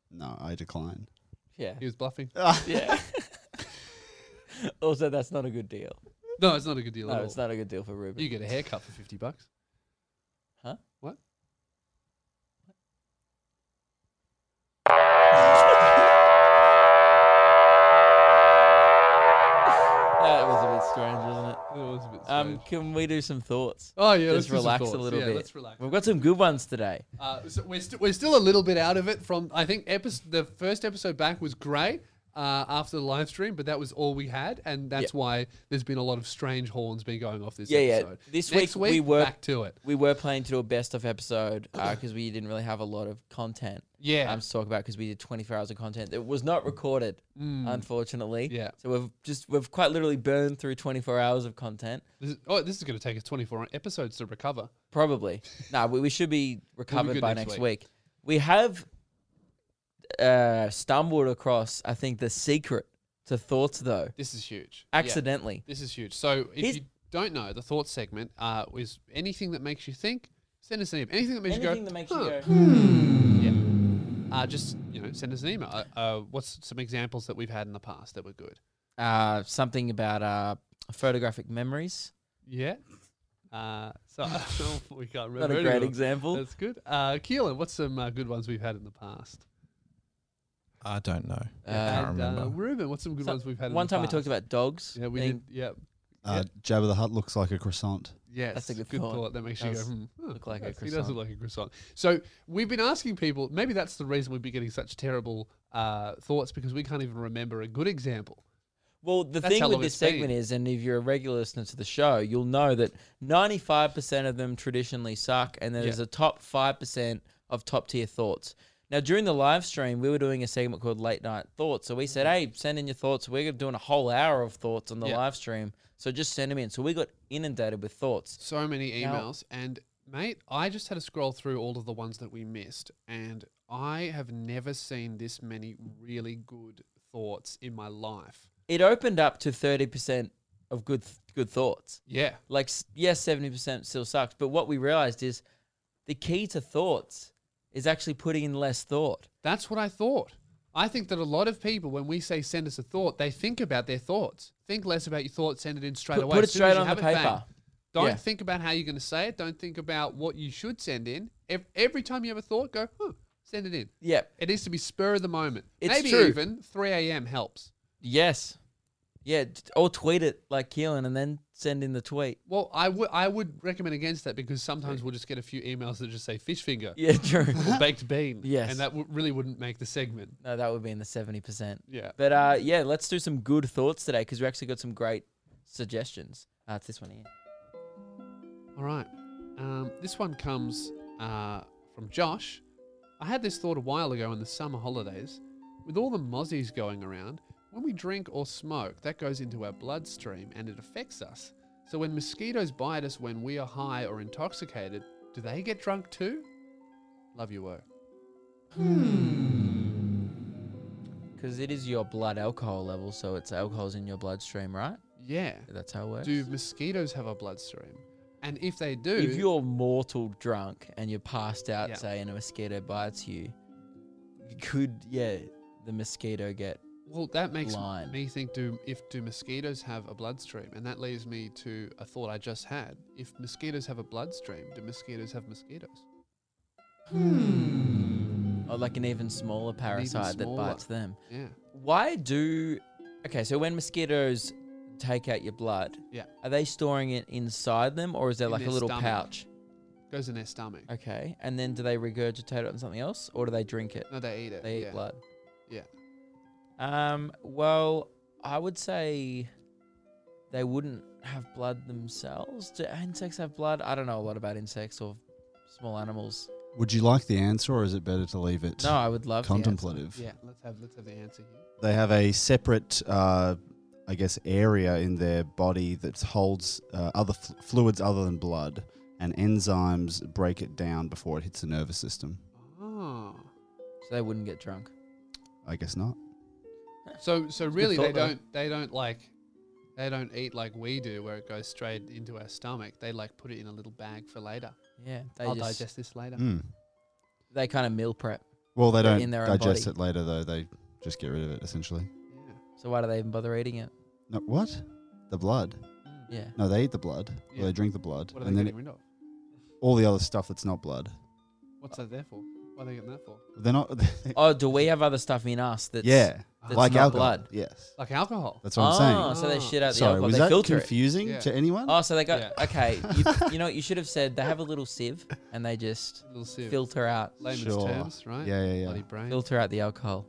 Speaker 4: No, I decline. Uh,
Speaker 2: Yeah.
Speaker 1: He was bluffing.
Speaker 2: Yeah. also, that's not a good deal.
Speaker 1: No, it's not a good deal at
Speaker 2: No,
Speaker 1: all.
Speaker 2: it's not a good deal for Ruben.
Speaker 1: You get a haircut for fifty bucks.
Speaker 2: Huh?
Speaker 1: What?
Speaker 2: That was a bit strange, wasn't it?
Speaker 1: It was a bit
Speaker 2: Um,
Speaker 1: strange.
Speaker 2: can we do some thoughts?
Speaker 1: oh yeah, let's
Speaker 2: just
Speaker 1: do some
Speaker 2: relax a
Speaker 1: thoughts.
Speaker 2: little
Speaker 1: yeah,
Speaker 2: bit.
Speaker 1: Let's relax.
Speaker 2: We've got some good ones today.
Speaker 1: Uh, so we're, st- we're still a little bit out of it from I think epis the first episode back was great uh, after the live stream, but that was all we had, and that's why there's been a lot of strange horns been going off this
Speaker 2: Yeah, yeah.
Speaker 1: episode.
Speaker 2: This
Speaker 1: Next
Speaker 2: week we were-
Speaker 1: back to it.
Speaker 2: We were planning to do a best of episode because we didn't really have a lot of content
Speaker 1: Yeah,
Speaker 2: um, to talk about because we did 24 hours of content that was not recorded, unfortunately.
Speaker 1: Mm. Yeah.
Speaker 2: So we've just we've quite literally burned through 24 hours of content.
Speaker 1: This is- oh, this is going to take us 24 episodes to recover.
Speaker 2: Probably. no, we, we should be recovered
Speaker 1: good
Speaker 2: by
Speaker 1: next
Speaker 2: next,
Speaker 1: week.
Speaker 2: week. We have uh, stumbled across, I think, the secret to thoughts though,
Speaker 1: This is huge. Yeah.
Speaker 2: accidentally.
Speaker 1: This is huge. So if
Speaker 2: Here's-
Speaker 1: you don't know, the thought segment uh, is anything that makes you think. Send us an email. Anything that makes
Speaker 2: Anything
Speaker 1: you
Speaker 2: that
Speaker 1: go.
Speaker 2: makes you
Speaker 1: "Huh."
Speaker 2: go,
Speaker 1: Yeah. Uh, just you know, send us an email. Uh, uh, what's some examples that we've had in the past that were good?
Speaker 2: uh, something about uh, photographic memories.
Speaker 1: Yeah. Uh, so I don't know if we can't
Speaker 2: Not
Speaker 1: remember.
Speaker 2: a
Speaker 1: any of
Speaker 2: great
Speaker 1: them.
Speaker 2: example.
Speaker 1: That's good. Uh, Keelan, what's some uh, good ones we've had in the past?
Speaker 3: I don't know.
Speaker 2: Uh,
Speaker 3: can't
Speaker 1: and uh,
Speaker 3: remember.
Speaker 1: Ruben, what's some good
Speaker 2: So-
Speaker 1: ones we've had?
Speaker 2: One
Speaker 1: in the
Speaker 2: time we
Speaker 1: past?
Speaker 2: talked about dogs.
Speaker 1: Yeah, we
Speaker 2: being-
Speaker 1: did. Yeah.
Speaker 4: Uh, Jabba the Hutt looks like a croissant.
Speaker 1: Yes,
Speaker 2: That's a good
Speaker 1: thought.
Speaker 2: thought.
Speaker 1: That makes you go,
Speaker 2: Does
Speaker 1: hmm, huh,
Speaker 2: look like a
Speaker 1: yes, He does
Speaker 2: croissant.
Speaker 1: look like a croissant. So we've been asking people. Maybe that's the reason we've been getting such terrible uh, thoughts because we can't even remember a good example.
Speaker 2: Well, the
Speaker 1: That's how
Speaker 2: thing with
Speaker 1: long
Speaker 2: this
Speaker 1: it's been.
Speaker 2: segment is, and if you're a regular listener to the show, you'll know that 95% of them traditionally suck, and there's
Speaker 1: Yeah.
Speaker 2: a top 5% of top tier thoughts. Now, during the live stream, we were doing a segment called Late Night Thoughts. So we said, hey, send in your thoughts. We're doing a whole hour of thoughts on the
Speaker 1: Mm-hmm. Yeah.
Speaker 2: live stream. So just send them in. So we got inundated with thoughts.
Speaker 1: So many
Speaker 2: Now-
Speaker 1: emails, and mate, I just had to scroll through all of the ones that we missed, and I have never seen this many really good thoughts in my life.
Speaker 2: It opened up to 30% of good, good thoughts.
Speaker 1: Yeah,
Speaker 2: like s- yes, seventy percent still sucks. But what we realized is the key to thoughts is actually putting in less thought.
Speaker 1: that's what I thought. I think that a lot of people, when we say send us a thought, they think about their thoughts. Think less about your thoughts, send it in straight
Speaker 2: Put-
Speaker 1: away.
Speaker 2: put
Speaker 1: As
Speaker 2: it
Speaker 1: soon as
Speaker 2: straight
Speaker 1: you
Speaker 2: on the
Speaker 1: have it, bang.
Speaker 2: paper.
Speaker 1: Don't
Speaker 2: Yeah.
Speaker 1: think about how you're going to say it. Don't think about what you should send in. Ev- Every time you have a thought, go, huh, send it in.
Speaker 2: Yep.
Speaker 1: It needs to be spur of the moment.
Speaker 2: It's
Speaker 1: Maybe
Speaker 2: true.
Speaker 1: even 3 a.m. helps.
Speaker 2: Yes. Yeah, t- or tweet it like Keelan and then send in the tweet.
Speaker 1: Well, I would I would recommend against that because sometimes we'll just get a few emails that just say fish finger
Speaker 2: Yeah, true.
Speaker 1: or baked bean.
Speaker 2: Yes.
Speaker 1: And that w- really wouldn't make the segment.
Speaker 2: no, that would be in the seventy percent.
Speaker 1: Yeah.
Speaker 2: But uh, yeah, let's do some good thoughts today because we actually got some great suggestions. Uh, it's this one here.
Speaker 1: All right. Um, this one comes uh, from Josh. I had this thought a while ago in the summer holidays. With all the mozzies going around, when we drink or smoke, that goes into our bloodstream and it affects us. So when mosquitoes bite us when we are high or intoxicated, do they get drunk too? Love your work.
Speaker 2: Because it is your blood alcohol level, so it's alcohol's in your bloodstream, right?
Speaker 1: Yeah.
Speaker 2: That's how it works.
Speaker 1: Do mosquitoes have a bloodstream? And if they do,
Speaker 2: if you're mortal drunk and you're passed out,
Speaker 1: Yeah.
Speaker 2: say, and a mosquito bites you, you could yeah, the mosquito get
Speaker 1: Well, that makes
Speaker 2: line.
Speaker 1: me think: Do if do mosquitoes have a bloodstream? And that leads me to a thought I just had: If mosquitoes have a bloodstream, do mosquitoes have mosquitoes?
Speaker 2: or like an even smaller parasite
Speaker 1: smaller.
Speaker 2: that bites them.
Speaker 1: Yeah,
Speaker 2: Why do okay? So when mosquitoes take out your blood,
Speaker 1: Yeah.
Speaker 2: are they storing it inside them, or is there
Speaker 1: In
Speaker 2: like a
Speaker 1: their
Speaker 2: little
Speaker 1: stomach.
Speaker 2: pouch?
Speaker 1: goes in their stomach.
Speaker 2: Okay, and then do they regurgitate it on something else, or do they drink it?
Speaker 1: No, they eat it.
Speaker 2: They
Speaker 1: yeah.
Speaker 2: eat blood.
Speaker 1: Yeah.
Speaker 2: Um. Well, I would say they wouldn't have blood themselves. Do insects have blood? I don't know a lot about insects or small animals.
Speaker 4: Would you like the answer, or is it better to leave it
Speaker 2: No, I would love to answer.
Speaker 4: contemplative?
Speaker 1: Yeah, let's have let's have the answer here.
Speaker 4: They have a separate, uh, I guess, area in their body that holds uh, other fl- fluids other than blood, and enzymes break it down before it hits the nervous system.
Speaker 1: Oh.
Speaker 2: So they wouldn't get drunk.
Speaker 4: I guess not.
Speaker 1: So so really, they
Speaker 2: thought, though.
Speaker 1: don't they don't like they don't eat like we do, where it goes straight into our stomach. They like put it in a little bag for later.
Speaker 2: Yeah. They
Speaker 1: I'll
Speaker 2: just
Speaker 1: digest this later.
Speaker 4: Mm.
Speaker 2: they kind of meal prep.
Speaker 4: Well, they
Speaker 2: They're
Speaker 4: don't
Speaker 2: in their own
Speaker 4: digest
Speaker 2: body.
Speaker 4: it later, though. They just get rid of it essentially.
Speaker 2: So why do they even bother eating it?
Speaker 4: No, what? The blood?
Speaker 1: Yeah. Mm.
Speaker 2: Yeah. Mm.
Speaker 4: No, they eat the blood.
Speaker 1: Yeah.
Speaker 4: Or they drink the blood,
Speaker 1: What are
Speaker 4: and
Speaker 1: they
Speaker 4: then
Speaker 1: getting
Speaker 4: it,
Speaker 1: rid of?
Speaker 4: all the other stuff that's not blood.
Speaker 1: What's that there for? What are they getting that for?
Speaker 4: They're not.
Speaker 2: Oh, do we have other stuff in us that's
Speaker 4: yeah,
Speaker 2: that's
Speaker 4: like
Speaker 2: not
Speaker 4: alcohol.
Speaker 2: blood.
Speaker 4: Yes,
Speaker 1: Like alcohol.
Speaker 4: that's what I'm
Speaker 2: Oh,
Speaker 4: saying.
Speaker 2: so they shit out the
Speaker 4: Sorry,
Speaker 2: alcohol.
Speaker 4: was
Speaker 2: they
Speaker 4: that
Speaker 2: filter it.
Speaker 4: confusing
Speaker 1: Yeah.
Speaker 4: to anyone?
Speaker 2: Oh, so they got
Speaker 1: Yeah.
Speaker 2: okay. You, you know what you should have said? They have a little sieve and they just
Speaker 1: Little sieve.
Speaker 2: filter out,
Speaker 1: Layman's
Speaker 4: Sure.
Speaker 1: terms, right?
Speaker 4: yeah, yeah, yeah.
Speaker 1: Bloody brain.
Speaker 2: filter out the alcohol.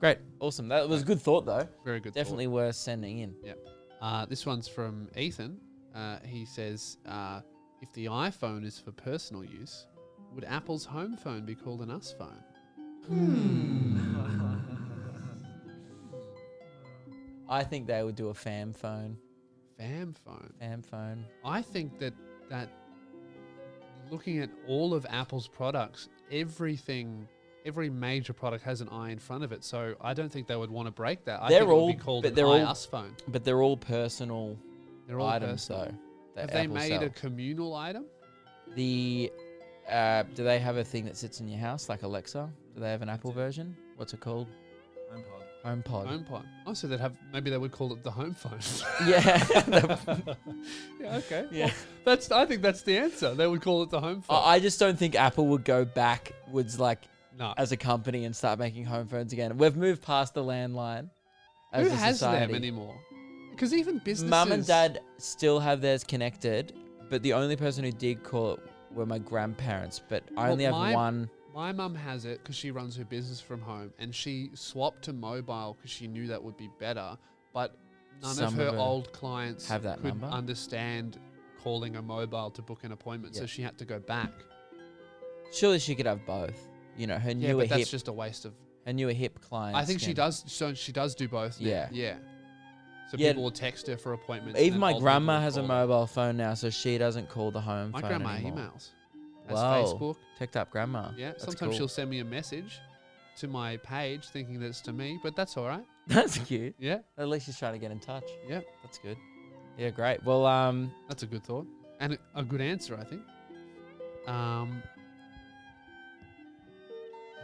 Speaker 2: Great, awesome. That was a good thought though.
Speaker 1: Very good. thought.
Speaker 2: Definitely worth sending in.
Speaker 1: Uh, this one's from Ethan. Uh, he says, uh, if the iPhone is for personal use, would Apple's home phone be called an us phone?
Speaker 2: I think they would do a fam phone.
Speaker 1: Fam phone.
Speaker 2: Fam phone.
Speaker 1: I think that that looking at all of Apple's products, everything, every major product has an I in front of it. So I don't think they would want to break that. I
Speaker 2: They're
Speaker 1: think it
Speaker 2: all-
Speaker 1: would be called
Speaker 2: but
Speaker 1: an
Speaker 2: they're
Speaker 1: I
Speaker 2: all-
Speaker 1: us phone.
Speaker 2: But they're all personal
Speaker 1: They're all
Speaker 2: items
Speaker 1: personal.
Speaker 2: though. that
Speaker 1: Have they
Speaker 2: Apple
Speaker 1: made
Speaker 2: sell.
Speaker 1: a communal item?
Speaker 2: The uh, do they have a thing that sits in your house like Alexa? Do they have an Apple version? What's it called? HomePod.
Speaker 1: Home pod. Oh, so they'd have maybe they would call it the home phone.
Speaker 2: Yeah.
Speaker 1: yeah, okay.
Speaker 2: yeah.
Speaker 1: That's I think that's the answer. They would call it the home phone.
Speaker 2: I I just don't think Apple would go backwards like
Speaker 1: no.
Speaker 2: as a company and start making home phones again. We've moved past the landline. As
Speaker 1: Who
Speaker 2: a
Speaker 1: has
Speaker 2: society.
Speaker 1: them anymore? Because even businesses
Speaker 2: Mum and dad still have theirs connected, but the only person who did call it were my grandparents. But I
Speaker 1: Well,
Speaker 2: only have
Speaker 1: my-
Speaker 2: one.
Speaker 1: My mum has it because she runs her business from home and she swapped to mobile because she knew that would be better, but none
Speaker 2: Some
Speaker 1: of her
Speaker 2: of her
Speaker 1: old clients
Speaker 2: have that
Speaker 1: could
Speaker 2: number.
Speaker 1: understand calling a mobile to book an appointment, so
Speaker 2: Yeah.
Speaker 1: she had to go back.
Speaker 2: Surely she could have both. You know, her
Speaker 1: Yeah,
Speaker 2: newer
Speaker 1: but that's
Speaker 2: hip,
Speaker 1: just a waste of
Speaker 2: her newer hip client.
Speaker 1: I think she does. So she does do both. now.
Speaker 2: Yeah.
Speaker 1: yeah. So
Speaker 2: Yeah.
Speaker 1: people will text her for appointments. and then
Speaker 2: Even my
Speaker 1: old people
Speaker 2: grandma
Speaker 1: will
Speaker 2: has a
Speaker 1: call her.
Speaker 2: mobile phone now, so she doesn't call the home
Speaker 1: My
Speaker 2: phone
Speaker 1: grandma
Speaker 2: anymore.
Speaker 1: emails. Has
Speaker 2: Wow.
Speaker 1: Facebook.
Speaker 2: Checked up grandma.
Speaker 1: Yeah.
Speaker 2: That's
Speaker 1: Sometimes
Speaker 2: cool.
Speaker 1: she'll send me a message to my page, thinking that it's to me, but that's all right.
Speaker 2: That's cute.
Speaker 1: Yeah.
Speaker 2: At least she's trying to get in touch.
Speaker 1: Yeah.
Speaker 2: That's good. Yeah, great. Well, um,
Speaker 1: That's a good thought and a- a good answer, I think. Um,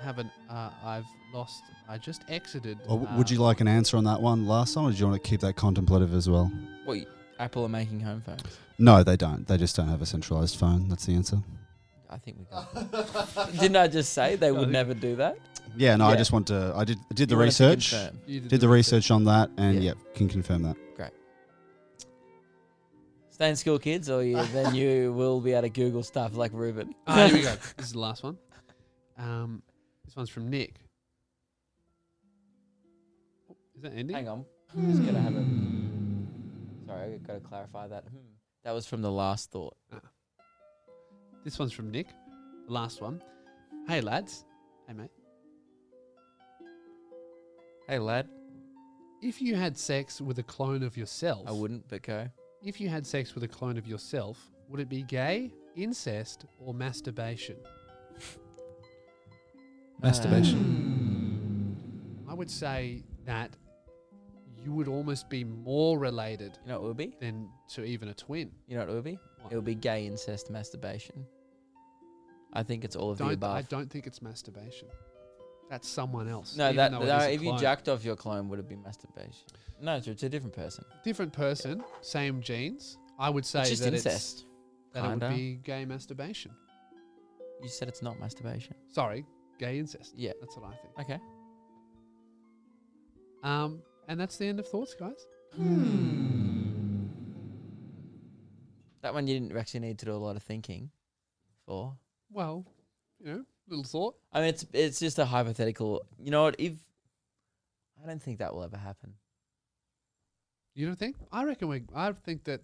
Speaker 1: I haven't. Uh, I've lost. I just exited.
Speaker 4: Or Oh, w- would
Speaker 1: uh,
Speaker 4: you
Speaker 2: Um,
Speaker 4: like an answer on that one last time, or do you want to keep that contemplative as well?
Speaker 2: what you- Apple are making home phones.
Speaker 4: No, they don't. They just don't have a centralized phone. That's the answer.
Speaker 2: I think we got. it. Didn't I just say they would never do that?
Speaker 4: Yeah, no,
Speaker 2: Yeah.
Speaker 4: I just want to. I did I did the
Speaker 2: You wanted to
Speaker 4: research.
Speaker 2: confirm.
Speaker 1: You
Speaker 4: Did the research on that, and
Speaker 2: Yeah.
Speaker 4: yeah, can confirm that.
Speaker 2: Stay in school, kids, or you, then you will be able to Google stuff like Ruben.
Speaker 1: Ah, here we go. This is the last one. Um, this one's from Nick. Is that ending?
Speaker 2: Hang on. I'm just going to have a. Sorry, i got to clarify that. Hmm. That was from the last thought.
Speaker 1: This one's from Nick. The last one. Hey lads. Hey mate.
Speaker 2: Hey, lad.
Speaker 1: If you had sex with a clone of yourself,
Speaker 2: I wouldn't, but go.
Speaker 1: If you had sex with a clone of yourself, would it be gay, incest, or masturbation?
Speaker 4: Masturbation.
Speaker 1: I would say that you would almost be more related
Speaker 2: You know what it would be?
Speaker 1: than to even a twin.
Speaker 2: You know what it would be?
Speaker 1: What?
Speaker 2: It would be gay incest masturbation. I think it's all of the
Speaker 1: Don't,
Speaker 2: above.
Speaker 1: I don't think it's masturbation. That's someone else.
Speaker 2: no,
Speaker 1: even
Speaker 2: that,
Speaker 1: though it
Speaker 2: no,
Speaker 1: is a
Speaker 2: if you
Speaker 1: clone.
Speaker 2: jacked off your clone, would it be masturbation? No, it's, it's a different person.
Speaker 1: different person, same genes, I would say
Speaker 2: It's just
Speaker 1: that
Speaker 2: incest.
Speaker 1: it's that it
Speaker 2: kinda.
Speaker 1: would be gay masturbation.
Speaker 2: You said it's not masturbation.
Speaker 1: Sorry, gay incest.
Speaker 2: Yeah.
Speaker 1: that's what I think.
Speaker 2: Okay.
Speaker 1: Um, and that's the end of thoughts, guys.
Speaker 2: That one you didn't actually need to do a lot of thinking for.
Speaker 1: Well, you know, little thought.
Speaker 2: I mean, it's it's just a hypothetical. You know what? If I don't think that will ever happen.
Speaker 1: You don't think? I reckon we. I think that.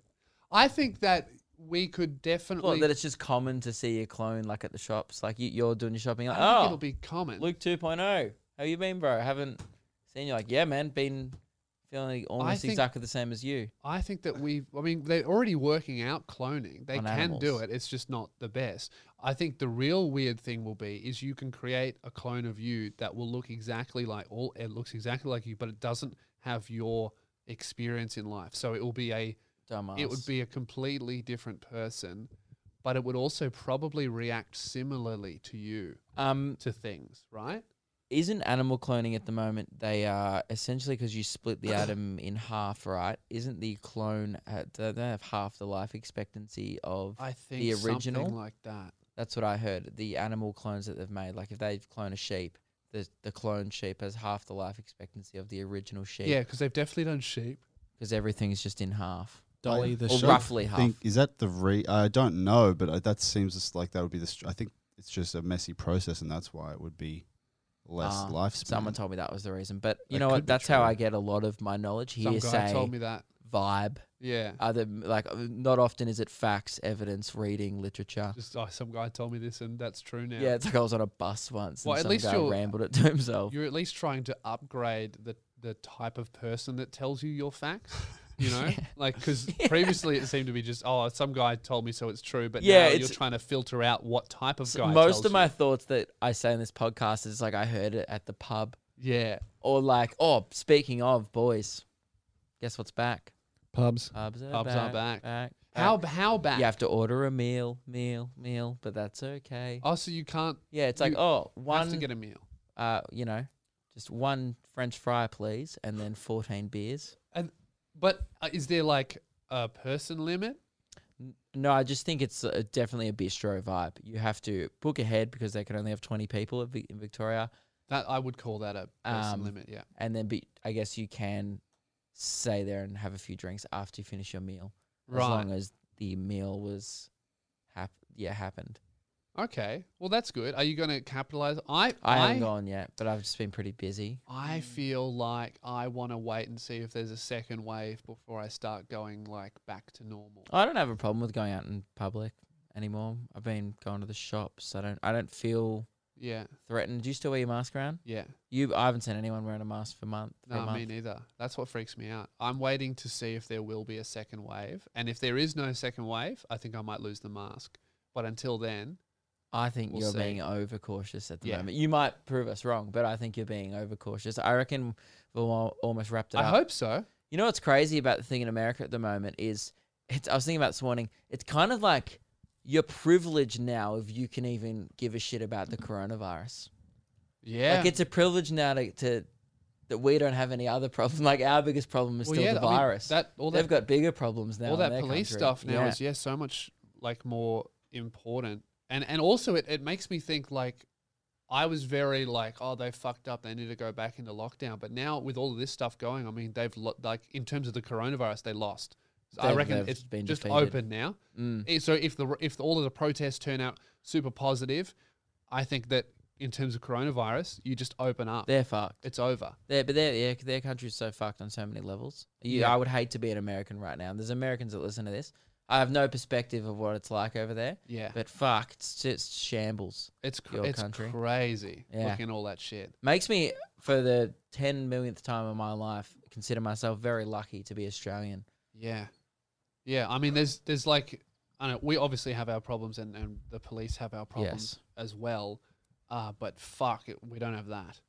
Speaker 1: I think that we could definitely.
Speaker 2: Well, that it's just common to see a clone like at the shops, like you, you're doing your shopping. Like,
Speaker 1: I think
Speaker 2: oh,
Speaker 1: it'll be common.
Speaker 2: Luke 2.0. How you been, bro? Haven't seen you. Like, yeah, man, been feeling almost
Speaker 1: think-
Speaker 2: exactly the same as you.
Speaker 1: I think that we. I mean, they're already working out cloning. They
Speaker 2: On
Speaker 1: can do
Speaker 2: animals.
Speaker 1: it. It's just not the best. I think the real weird thing will be is you can create a clone of you that will look exactly like all. It looks exactly like you, but it doesn't have your experience in life. So it will be a.
Speaker 2: Dumbass.
Speaker 1: It would be a completely different person, but it would also probably react similarly to you
Speaker 2: Um,
Speaker 1: to things, right?
Speaker 2: isn't animal cloning at the moment? They are essentially because you split the atom in half, right? Isn't the clone uh, do they have half the life expectancy of?
Speaker 1: I think
Speaker 2: the original?
Speaker 1: something like that.
Speaker 2: That's what I heard. The animal clones that they've made, like if they clone a sheep, the the clone sheep has half the life expectancy of the original sheep.
Speaker 1: Yeah, because they've definitely done sheep.
Speaker 2: because everything's just in half,
Speaker 3: Dolly the
Speaker 2: or
Speaker 3: sheep.
Speaker 2: roughly half.
Speaker 4: Think is that the re? I don't know, but I, that seems just like that would be the. Str- I think it's just a messy process, and that's why it would be less
Speaker 2: Ah,
Speaker 4: lifespan.
Speaker 2: Someone told me that was the reason, but you
Speaker 4: That
Speaker 2: know
Speaker 4: could
Speaker 2: what?
Speaker 4: be
Speaker 2: That's how
Speaker 4: true.
Speaker 2: I get a lot of my knowledge.
Speaker 1: Some guy
Speaker 2: Hearsay,
Speaker 1: told me that.
Speaker 2: vibe,
Speaker 1: Yeah,
Speaker 2: other like uh, not often is it facts, evidence, reading, literature.
Speaker 1: just oh, some guy told me this, and that's true now.
Speaker 2: Yeah, it's like I was on a bus once, and
Speaker 1: Well, at
Speaker 2: some
Speaker 1: least
Speaker 2: guy
Speaker 1: you're-
Speaker 2: rambled it to himself.
Speaker 1: you're at least trying to upgrade the the type of person that tells you your facts. You know,
Speaker 2: Yeah.
Speaker 1: like because previously it seemed to be just oh, some guy told me, so it's true. But
Speaker 2: Yeah,
Speaker 1: now you're
Speaker 2: it's-
Speaker 1: trying to filter out what type of
Speaker 2: So
Speaker 1: guy.
Speaker 2: Most
Speaker 1: tells
Speaker 2: of my
Speaker 1: you.
Speaker 2: thoughts that I say in this podcast is like I heard it at the pub,
Speaker 1: yeah,
Speaker 2: or like, oh, speaking of boys, guess what's back?
Speaker 3: Pubs.
Speaker 2: Pubs are
Speaker 1: Pubs
Speaker 2: back.
Speaker 1: are back.
Speaker 2: back,
Speaker 1: how
Speaker 2: back.
Speaker 1: how bad?
Speaker 2: You have to order a meal, meal, meal, but that's okay.
Speaker 1: Oh, so you can't
Speaker 2: yeah, it's like
Speaker 1: you
Speaker 2: oh,
Speaker 1: have to
Speaker 2: one
Speaker 1: get a meal,
Speaker 2: uh, you know, just one French fry, please, and then 14 beers.
Speaker 1: but uh, is there like a person limit?
Speaker 2: N- No, I just think it's uh definitely a bistro vibe. You have to book ahead because they can only have 20 people at Vic- in Victoria.
Speaker 1: That I would call that a person
Speaker 2: Um,
Speaker 1: limit. Yeah.
Speaker 2: And then be, I guess you can stay there and have a few drinks after you finish your meal. As long as the meal was, hap- yeah, happened.
Speaker 1: Okay. Well, that's good. Are you going to capitalize? I
Speaker 2: I,
Speaker 1: I,
Speaker 2: haven't gone yet, but I've just been pretty busy.
Speaker 1: I feel like I want to wait and see if there's a second wave before I start going like back to normal.
Speaker 2: I don't have a problem with going out in public anymore. I've been going to the shops. I don't, I don't feel
Speaker 1: Yeah.
Speaker 2: threatened. Do you still wear your mask around?
Speaker 1: Yeah.
Speaker 2: You, I haven't seen anyone wearing a mask for month. For a
Speaker 1: No, me
Speaker 2: month.
Speaker 1: neither. That's what freaks me out. I'm waiting to see if there will be a second wave, and if there is no second wave, I think I might lose the mask. But until then,
Speaker 2: I think
Speaker 1: We'll
Speaker 2: you're
Speaker 1: see.
Speaker 2: being overcautious at the
Speaker 1: Yeah.
Speaker 2: moment. You might prove us wrong, but I think you're being overcautious. I reckon we'll al- almost wrapped it
Speaker 1: I
Speaker 2: up.
Speaker 1: hope so.
Speaker 2: You know what's crazy about the thing in America at the moment is it's. I was thinking about this morning. It's kind of like you're privileged now if you can even give a shit about the coronavirus.
Speaker 1: Yeah.
Speaker 2: Like it's a privilege now to, to that we don't have any other problem. Like our biggest problem is
Speaker 1: Well,
Speaker 2: still
Speaker 1: yeah,
Speaker 2: the
Speaker 1: I mean,
Speaker 2: virus.
Speaker 1: that all
Speaker 2: They've
Speaker 1: that
Speaker 2: got bigger problems now.
Speaker 1: all
Speaker 2: in
Speaker 1: that
Speaker 2: their
Speaker 1: police
Speaker 2: country.
Speaker 1: stuff now
Speaker 2: Yeah.
Speaker 1: is yeah so much like more important and and also it, it makes me think like I was very like oh they fucked up they need to go back into lockdown but now with all of this stuff going I mean they've lo- like in terms of the coronavirus they lost So I
Speaker 2: They've-
Speaker 1: reckon
Speaker 2: they've
Speaker 1: it's
Speaker 2: been
Speaker 1: just
Speaker 2: defeated.
Speaker 1: open now
Speaker 2: Mm.
Speaker 1: Eh, so if the if all of the protests turn out super positive I think that in terms of coronavirus you just open up
Speaker 2: They're fucked.
Speaker 1: it's over
Speaker 2: They're, but their yeah, their country's so fucked on so many levels. You,
Speaker 1: Yeah.
Speaker 2: I would hate to be an American right now. There's Americans that listen to this. I have no perspective of what it's like over there.
Speaker 1: yeah
Speaker 2: But fuck, it's just shambles.
Speaker 1: it's cr-
Speaker 2: your
Speaker 1: it's
Speaker 2: country.
Speaker 1: crazy
Speaker 2: Yeah.
Speaker 1: looking at all that shit
Speaker 2: Makes me, for the ten millionth time in my life, consider myself very lucky to be Australian.
Speaker 1: Yeah. Yeah. I mean, there's, there's like, I know we obviously have our problems and, and the police have our problems as well. Uh, but fuck, it, we don't have that,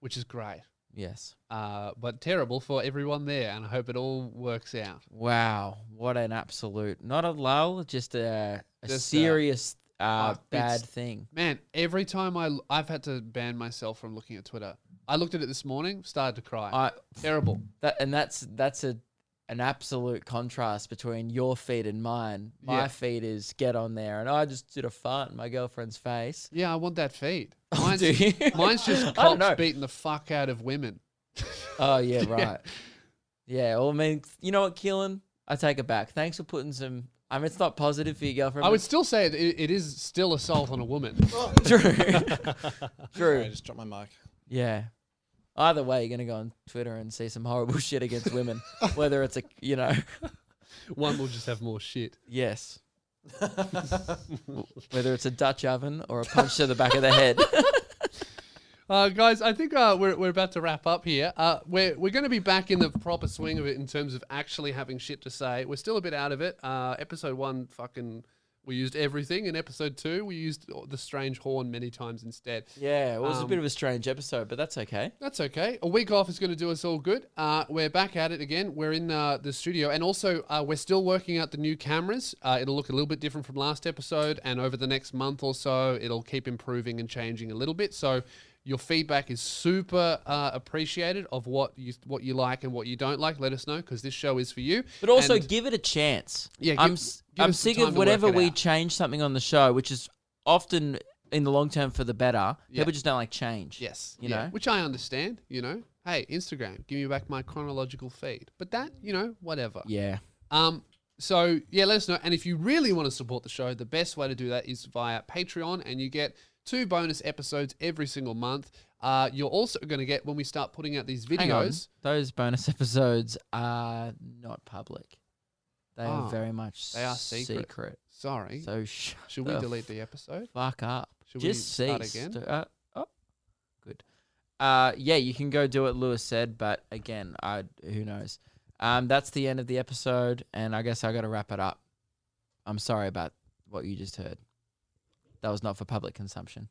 Speaker 1: which is great.
Speaker 2: Yes.
Speaker 1: Uh, but terrible for everyone there. And I hope it all works out.
Speaker 2: Wow, what an absolute not a lull, just a, a
Speaker 1: Just a-
Speaker 2: serious uh,
Speaker 1: Fuck, it's-
Speaker 2: bad thing.
Speaker 1: Man, every time I, l- I've had to ban myself from looking at Twitter. I looked at it this morning, started to cry.
Speaker 2: I
Speaker 1: terrible.
Speaker 2: that and that's that's a an absolute contrast between your feed and mine. My
Speaker 1: Yeah.
Speaker 2: feed is get on there, and I just did a fart in my girlfriend's face.
Speaker 1: Yeah, I want that feed.
Speaker 2: Oh,
Speaker 1: Mine's,
Speaker 2: do you?
Speaker 1: mine's
Speaker 2: I
Speaker 1: just
Speaker 2: don't know.
Speaker 1: cops beating the fuck out of women.
Speaker 2: Oh yeah, right. yeah. well, I mean, you know what, Keelan? I take it back. Thanks for putting some. I mean, it's not positive for your girlfriend.
Speaker 1: I would still say it, it, it is still assault on a woman.
Speaker 2: True.
Speaker 3: Sorry, I
Speaker 2: True.
Speaker 3: just dropped my mic.
Speaker 2: Yeah. Either way, you're gonna go on Twitter and see some horrible shit against women. whether it's a, you know,
Speaker 1: One will just have more shit.
Speaker 2: yes. whether it's a Dutch oven or a punch to the back of the head.
Speaker 1: Uh, guys, I think uh, we're, we're about to wrap up here. Uh, we're we're going to be back in the proper swing of it in terms of actually having shit to say. We're still a bit out of it. Uh, episode one, fucking, we used everything. In episode two, we used the strange horn many times instead.
Speaker 2: Yeah, it was a bit
Speaker 1: Um,
Speaker 2: of a strange episode, but that's okay.
Speaker 1: That's okay. A week off is going to do us all good. Uh, we're back at it again. We're in uh, the studio, and also uh, we're still working out the new cameras. Uh, it'll look a little bit different from last episode, and over the next month or so, it'll keep improving and changing a little bit. So, your feedback is super uh, appreciated of what you what you like and what you don't like. Let us know because this show is for you.
Speaker 2: But also
Speaker 1: And-
Speaker 2: give it a chance.
Speaker 1: Yeah, give-
Speaker 2: I'm s
Speaker 1: give
Speaker 2: am
Speaker 1: us some
Speaker 2: sick
Speaker 1: time
Speaker 2: of
Speaker 1: to
Speaker 2: whenever
Speaker 1: work it
Speaker 2: we
Speaker 1: out.
Speaker 2: change something on the show, which is often in the long term for the better.
Speaker 1: Yeah.
Speaker 2: People just don't like change.
Speaker 1: Yes.
Speaker 2: You
Speaker 1: yeah,
Speaker 2: know?
Speaker 1: Which I understand, you know. Hey, Instagram, give me back my chronological feed. But that, you know, whatever.
Speaker 2: Yeah.
Speaker 1: Um, so yeah, let us know. And if you really want to support the show, the best way to do that is via Patreon, and you get two bonus episodes every single month. Uh, you're also going to get when we start putting out these
Speaker 2: Hang on.
Speaker 1: videos.
Speaker 2: Those bonus episodes are not public. They
Speaker 1: Oh,
Speaker 2: are very much
Speaker 1: they are secret.
Speaker 2: secret.
Speaker 1: Sorry,
Speaker 2: So shut
Speaker 1: should we
Speaker 2: the
Speaker 1: delete the episode?
Speaker 2: fuck up.
Speaker 1: Should we
Speaker 2: Just
Speaker 1: start
Speaker 2: cease
Speaker 1: again?
Speaker 2: to- uh, oh, good. Uh, yeah, you can go do what Lewis said, but again, I who knows. Um, that's the end of the episode, and I guess I got to wrap it up. I'm sorry about what you just heard. That was not for public consumption.